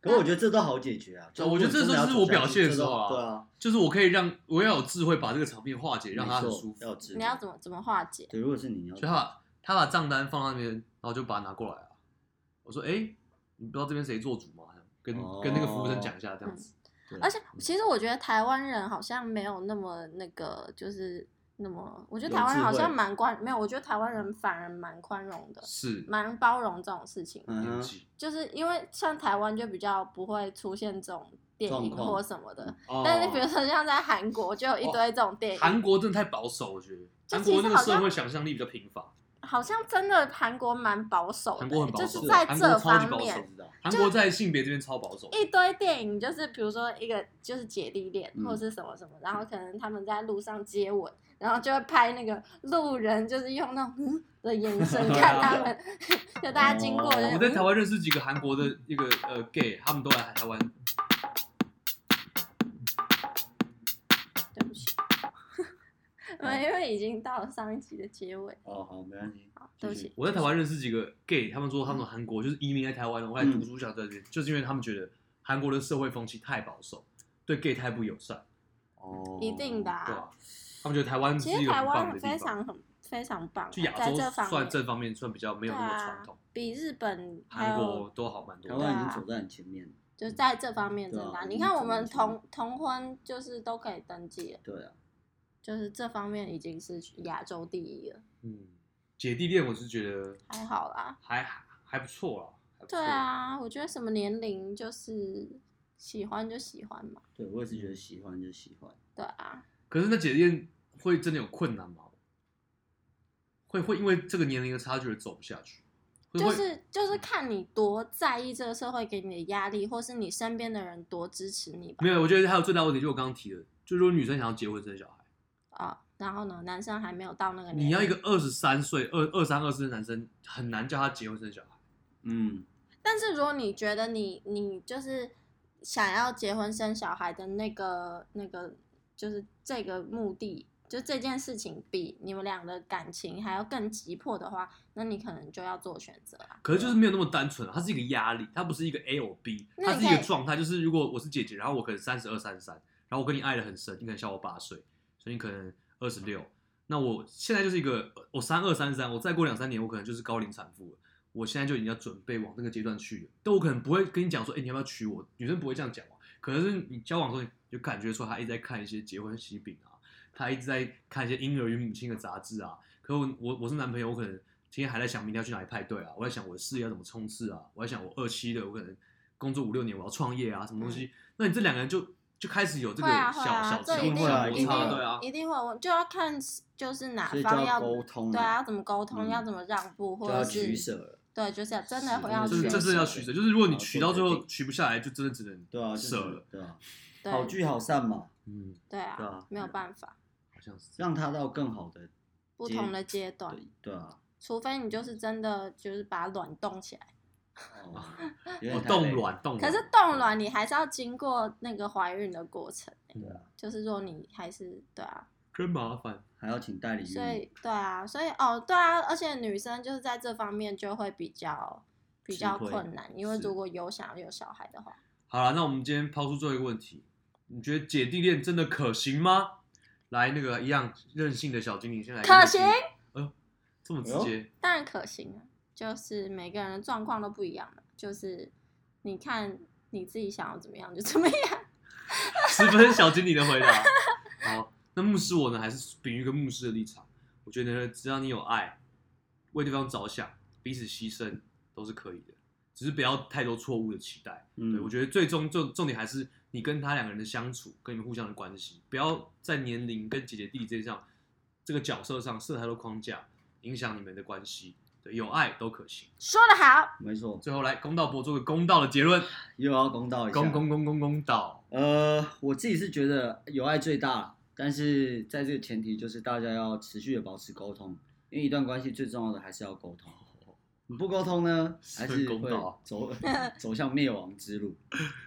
[SPEAKER 1] 可我觉得这都好解决啊。就
[SPEAKER 3] 哦我觉得这
[SPEAKER 1] 真的要
[SPEAKER 3] 就是我
[SPEAKER 1] 走下
[SPEAKER 3] 表
[SPEAKER 1] 去
[SPEAKER 3] 现的
[SPEAKER 1] 这
[SPEAKER 3] 时
[SPEAKER 1] 都
[SPEAKER 3] 候啊
[SPEAKER 1] 对啊，
[SPEAKER 3] 就是我可以让我要有智慧把这个场面化解，让他很
[SPEAKER 1] 没错
[SPEAKER 3] 舒服。
[SPEAKER 1] 要知
[SPEAKER 2] 你要怎么怎么化解？
[SPEAKER 1] 对，如果是你，你要
[SPEAKER 3] 所以他把他把账单放在那边，然后就把它拿过来啊。我说：“哎、你不知道这边谁做主吗？”跟、
[SPEAKER 1] 哦
[SPEAKER 3] 跟那个服务生讲一下，这样子。
[SPEAKER 1] 对啊
[SPEAKER 2] 而且
[SPEAKER 3] 嗯
[SPEAKER 2] 其实我觉得台湾人好像没有那么那个，就是那么，我觉得
[SPEAKER 1] 有
[SPEAKER 2] 台湾人好
[SPEAKER 1] 智慧
[SPEAKER 2] 像蛮宽，没有，我觉得台湾人反而蛮宽容的，
[SPEAKER 3] 是
[SPEAKER 2] 蛮包容这种事情，
[SPEAKER 1] 嗯
[SPEAKER 3] 年
[SPEAKER 1] 哼
[SPEAKER 3] 纪、
[SPEAKER 2] 就是因为像台湾就比较不会出现这种电
[SPEAKER 1] 状
[SPEAKER 2] 影
[SPEAKER 1] 况
[SPEAKER 2] 或什么的。
[SPEAKER 3] 哦
[SPEAKER 2] 但是比如说像在韩国就有一堆这种电影，
[SPEAKER 3] 韩国真的太保守，我觉得
[SPEAKER 2] 就
[SPEAKER 3] 韩
[SPEAKER 2] 其实
[SPEAKER 3] 国那个
[SPEAKER 2] 好像
[SPEAKER 3] 社会想象力比较贫乏。
[SPEAKER 2] 好像真的韩国蛮保守的，欸
[SPEAKER 3] 韩国很保守
[SPEAKER 2] 就是在
[SPEAKER 3] 韩国超
[SPEAKER 2] 这
[SPEAKER 3] 级保
[SPEAKER 2] 方
[SPEAKER 3] 守
[SPEAKER 1] 我
[SPEAKER 2] 面
[SPEAKER 1] 知道。
[SPEAKER 3] 韩国在性别这边超保守，
[SPEAKER 2] 一堆电影，就是比如说一个就是姐弟恋
[SPEAKER 1] 嗯
[SPEAKER 2] 或者是什么什么，然后可能他们在路上接吻，然后就会拍那个路人，就是用那种嗯的
[SPEAKER 3] *laughs*
[SPEAKER 2] 眼神看他们， *laughs* 就大家经过就嗯
[SPEAKER 1] 哦
[SPEAKER 3] 我
[SPEAKER 2] 是
[SPEAKER 3] 在台湾认识几个韩国的一个呃 gay，他们都来台湾。
[SPEAKER 2] 对不起，我们 *laughs* 因为已经到了上一集的结尾，
[SPEAKER 1] 哦，好，没关系。
[SPEAKER 2] 好，对不
[SPEAKER 1] 继
[SPEAKER 2] 起，
[SPEAKER 3] 我在台湾认识几个 gay，他们
[SPEAKER 2] 嗯
[SPEAKER 3] 说他们韩国就是移民来台湾，我来读
[SPEAKER 1] 嗯
[SPEAKER 3] 书想在这边，就是因为他们觉得韩国的社会风气太保守，对 gay 太不友善，
[SPEAKER 1] 哦，
[SPEAKER 2] 一定的、
[SPEAKER 3] 对吧、
[SPEAKER 2] 啊。
[SPEAKER 3] 他们觉得台湾是
[SPEAKER 2] 其
[SPEAKER 3] 一
[SPEAKER 2] 实
[SPEAKER 3] 个
[SPEAKER 2] 台
[SPEAKER 3] 很棒
[SPEAKER 2] 湾
[SPEAKER 3] 的地
[SPEAKER 2] 非
[SPEAKER 3] 方，
[SPEAKER 2] 常很非常棒啊，
[SPEAKER 3] 就亚
[SPEAKER 2] 在
[SPEAKER 3] 洲
[SPEAKER 2] 这方
[SPEAKER 3] 算
[SPEAKER 2] 面
[SPEAKER 3] 这方面算比较没有那么传统，
[SPEAKER 2] 对啊，比日本还
[SPEAKER 3] 韩
[SPEAKER 2] 有
[SPEAKER 3] 国嗯都好蛮多
[SPEAKER 1] 台
[SPEAKER 3] 的。
[SPEAKER 1] 湾已
[SPEAKER 2] 对
[SPEAKER 1] 经
[SPEAKER 2] 啊
[SPEAKER 1] 走在很前面了。
[SPEAKER 2] 就是在这方面真的啊、
[SPEAKER 1] 对啊
[SPEAKER 2] 你看我
[SPEAKER 1] 嗯
[SPEAKER 2] 们
[SPEAKER 1] 这方面
[SPEAKER 2] 同同婚就是都可以登记了，
[SPEAKER 1] 对啊，
[SPEAKER 2] 就是这方面已经是亚洲第一了，
[SPEAKER 3] 嗯，姐弟恋我是觉得
[SPEAKER 2] 还好啦。
[SPEAKER 3] 还还还不错啦。还不错
[SPEAKER 2] 对，啊，我觉得什么年龄就是喜欢就喜欢嘛，
[SPEAKER 1] 对我也是觉得喜欢就喜欢。
[SPEAKER 2] 对啊，
[SPEAKER 3] 可是那姐弟恋会真的有困难吗？会会因为这个年龄的差距而走不下去？会嗯
[SPEAKER 2] 就
[SPEAKER 3] 会
[SPEAKER 2] 是就是看你多在意这个社会给你的压力，或是你身边的人多支持你吧
[SPEAKER 3] 没。有，我觉得还有最大问题，就我刚刚提的，就如果女生想要结婚生小孩，
[SPEAKER 2] 啊、然后呢，男生还没有到那个年龄，
[SPEAKER 3] 你要一个二十三岁、二二三、二四的男生，很难叫他结婚生小孩。
[SPEAKER 1] 嗯，
[SPEAKER 2] 但是如果你觉得你你就是想要结婚生小孩的那个那个，就是这个目的，就这件事情比你们俩的感情还要更急迫的话，那你可能就要做选择啊。
[SPEAKER 3] 可是就是没有那么单纯，啊它是一个压力，它不是一个 A or B，
[SPEAKER 2] 那
[SPEAKER 3] 它
[SPEAKER 2] 你
[SPEAKER 3] 是一个
[SPEAKER 2] 可以
[SPEAKER 3] 状态。就是如果我是姐姐，然后我可能三十二、三十三，然后我跟你爱的很深，你可能小我八岁，所以你可能二十六。那我现在就是一个我三二三三，我再过两三年，我可能就是高龄产妇了。我现在就已经要准备往那个阶段去了，但我可能不会跟你讲说，哎、你要不要娶我？女生不会这样讲哦嘛。可能是你交往的时候，你就感觉出她一直在看一些结婚喜饼啊，她一直在看一些婴儿与母亲的杂志啊，可我我我是男朋友，我可能今天还在想明天要去哪里派对啊，我在想我的事业要怎么冲刺啊，我在想我二期的我可能工作五六年我要创业啊，什么东
[SPEAKER 1] 嗯
[SPEAKER 3] 西？那你这两个人就就开始有这个
[SPEAKER 2] 会啊
[SPEAKER 3] 小、
[SPEAKER 2] 会啊
[SPEAKER 3] 小，
[SPEAKER 2] 这
[SPEAKER 3] 小
[SPEAKER 2] 一定
[SPEAKER 1] 会
[SPEAKER 3] 小
[SPEAKER 1] 啊
[SPEAKER 3] 摩
[SPEAKER 2] 一定
[SPEAKER 3] 擦，对啊，
[SPEAKER 2] 一定会，我就要看就是哪
[SPEAKER 1] 所以就
[SPEAKER 2] 方要
[SPEAKER 1] 沟通，
[SPEAKER 2] 对啊，要，怎么沟通，
[SPEAKER 1] 嗯
[SPEAKER 2] 要怎么让
[SPEAKER 1] 就
[SPEAKER 2] 步，或
[SPEAKER 1] 要
[SPEAKER 2] 者
[SPEAKER 1] 取
[SPEAKER 2] 是
[SPEAKER 1] 舍了。
[SPEAKER 2] 对，就是要真的会啊要
[SPEAKER 1] 嗯
[SPEAKER 3] 就
[SPEAKER 2] 取
[SPEAKER 3] 是
[SPEAKER 1] 取
[SPEAKER 3] 这
[SPEAKER 1] 舍
[SPEAKER 3] 是要取舍，就是如果你取到最
[SPEAKER 1] 好做
[SPEAKER 3] 后
[SPEAKER 1] 决定
[SPEAKER 3] 取不下来，就真的只能
[SPEAKER 1] 对啊，就是
[SPEAKER 3] 舍了。
[SPEAKER 1] 对啊，
[SPEAKER 2] 对
[SPEAKER 1] 好聚好散嘛，
[SPEAKER 3] 嗯，
[SPEAKER 2] 对
[SPEAKER 1] 对
[SPEAKER 2] 啊
[SPEAKER 1] 啊，
[SPEAKER 2] 没有办法，
[SPEAKER 3] 好像是这
[SPEAKER 1] 让
[SPEAKER 3] 样。
[SPEAKER 1] 他到更好的。
[SPEAKER 2] 不同的阶段，
[SPEAKER 1] 对对啊，
[SPEAKER 2] 除非你就是真的就是把它暖冻起来。 *laughs*
[SPEAKER 1] 哦，有
[SPEAKER 3] 哦
[SPEAKER 1] 点太累
[SPEAKER 3] 冻。卵冻卵，
[SPEAKER 2] 可是
[SPEAKER 1] 啊
[SPEAKER 2] 冻卵你还是要经过那个怀孕的过程、欸，
[SPEAKER 1] 对啊，
[SPEAKER 2] 就是说你还是对啊，
[SPEAKER 3] 真麻烦。
[SPEAKER 1] 还要请代理
[SPEAKER 2] 所
[SPEAKER 1] 孕
[SPEAKER 2] 以对啊，所以哦对啊，而且女生就是在这方面就会比较比较
[SPEAKER 1] 吃亏
[SPEAKER 2] 困难，因为
[SPEAKER 1] 是
[SPEAKER 2] 如果有想要有小孩的话，
[SPEAKER 3] 好了，那我们今天抛出最后一个问题，你觉得姐弟恋真的可行吗？来，那个一样任性的小精灵先来。
[SPEAKER 2] 可行。
[SPEAKER 3] 哎呦，这么直接，
[SPEAKER 2] 当然可行啊，就是每个人的状况都不一样嘛，就是你看你自己想要怎么样就怎么样。 *laughs*
[SPEAKER 3] 十分小精灵的回答。好，那牧师我呢，还是秉于一个牧师的立场，我觉得只要你有爱，为对方着想，彼此牺牲都是可以的，只是不要太多错误的期待。
[SPEAKER 1] 嗯
[SPEAKER 3] 对，我觉得最终重重点还是你跟他两个人的相处，跟你们互相的关系，不要在年龄跟姐姐弟弟这上这个角色上设太多框架，影响你们的关系。对，有爱都可行。
[SPEAKER 2] 说得好，
[SPEAKER 1] 没错，
[SPEAKER 3] 最后来公道博做个公道的结论，
[SPEAKER 1] *laughs* 又要公道一下。
[SPEAKER 3] 公公公公公道。
[SPEAKER 1] 呃，我自己是觉得有爱最大，但是在这个前提就是大家要持续的保持沟通，因为一段关系最重要的还是要沟通。你不沟通呢，还是
[SPEAKER 3] 公
[SPEAKER 1] 会
[SPEAKER 3] 道啊
[SPEAKER 1] 走走向灭亡之路，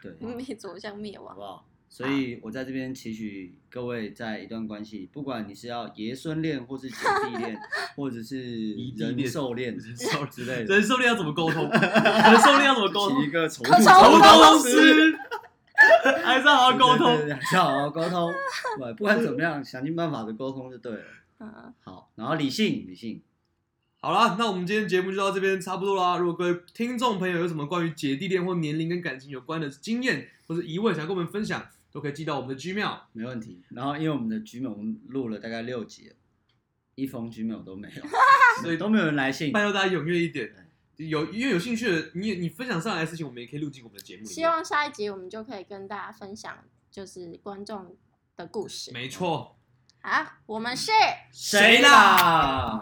[SPEAKER 1] 对，
[SPEAKER 2] 你走向嗯灭
[SPEAKER 1] 好
[SPEAKER 2] 亡
[SPEAKER 1] 不。好？所以我在这边期许各位，在一段关系，不管你是要爷孙恋，或是姐弟恋，或者是
[SPEAKER 3] 异地
[SPEAKER 1] 人
[SPEAKER 3] 恋
[SPEAKER 1] 兽恋
[SPEAKER 3] 人
[SPEAKER 1] *laughs*
[SPEAKER 3] 兽
[SPEAKER 1] 之类的，
[SPEAKER 3] 人兽力要怎么沟通？人兽力要怎
[SPEAKER 1] *laughs*
[SPEAKER 3] 么沟
[SPEAKER 1] 请一
[SPEAKER 3] 通？
[SPEAKER 1] 个宠
[SPEAKER 2] 可
[SPEAKER 1] 物
[SPEAKER 2] 宠物
[SPEAKER 3] 沟
[SPEAKER 2] 沟
[SPEAKER 3] 通
[SPEAKER 2] 通
[SPEAKER 3] 师， *laughs* 还是要好好沟
[SPEAKER 1] 对
[SPEAKER 3] 通
[SPEAKER 1] 对。对还是要好好沟通。对，不管怎么样，想尽办法的沟通就对了。
[SPEAKER 2] 嗯，
[SPEAKER 1] 好，然后理性，理性，
[SPEAKER 3] 好啦，那我们今天节目就到这边差不多啦。如果各位听众朋友有什么关于姐弟恋或年龄跟感情有关的经验或者疑问，想跟我们分享，都可以寄到我们的 Gmail。
[SPEAKER 1] 没问题。然后因为我们的 Gmail 我们录了大概六集了，一封 Gmail 都没有，
[SPEAKER 3] 所以
[SPEAKER 1] 都没有人来
[SPEAKER 3] *laughs*
[SPEAKER 1] 信。
[SPEAKER 3] 拜托大家踊跃一点，有因为有兴趣的，你也你分享上来的事情，我们也可以录进我们的节目里面。
[SPEAKER 2] 希望下一集我们就可以跟大家分享，就是观众的故事。
[SPEAKER 3] 没错，
[SPEAKER 2] 好，我们是。
[SPEAKER 3] 谁啦？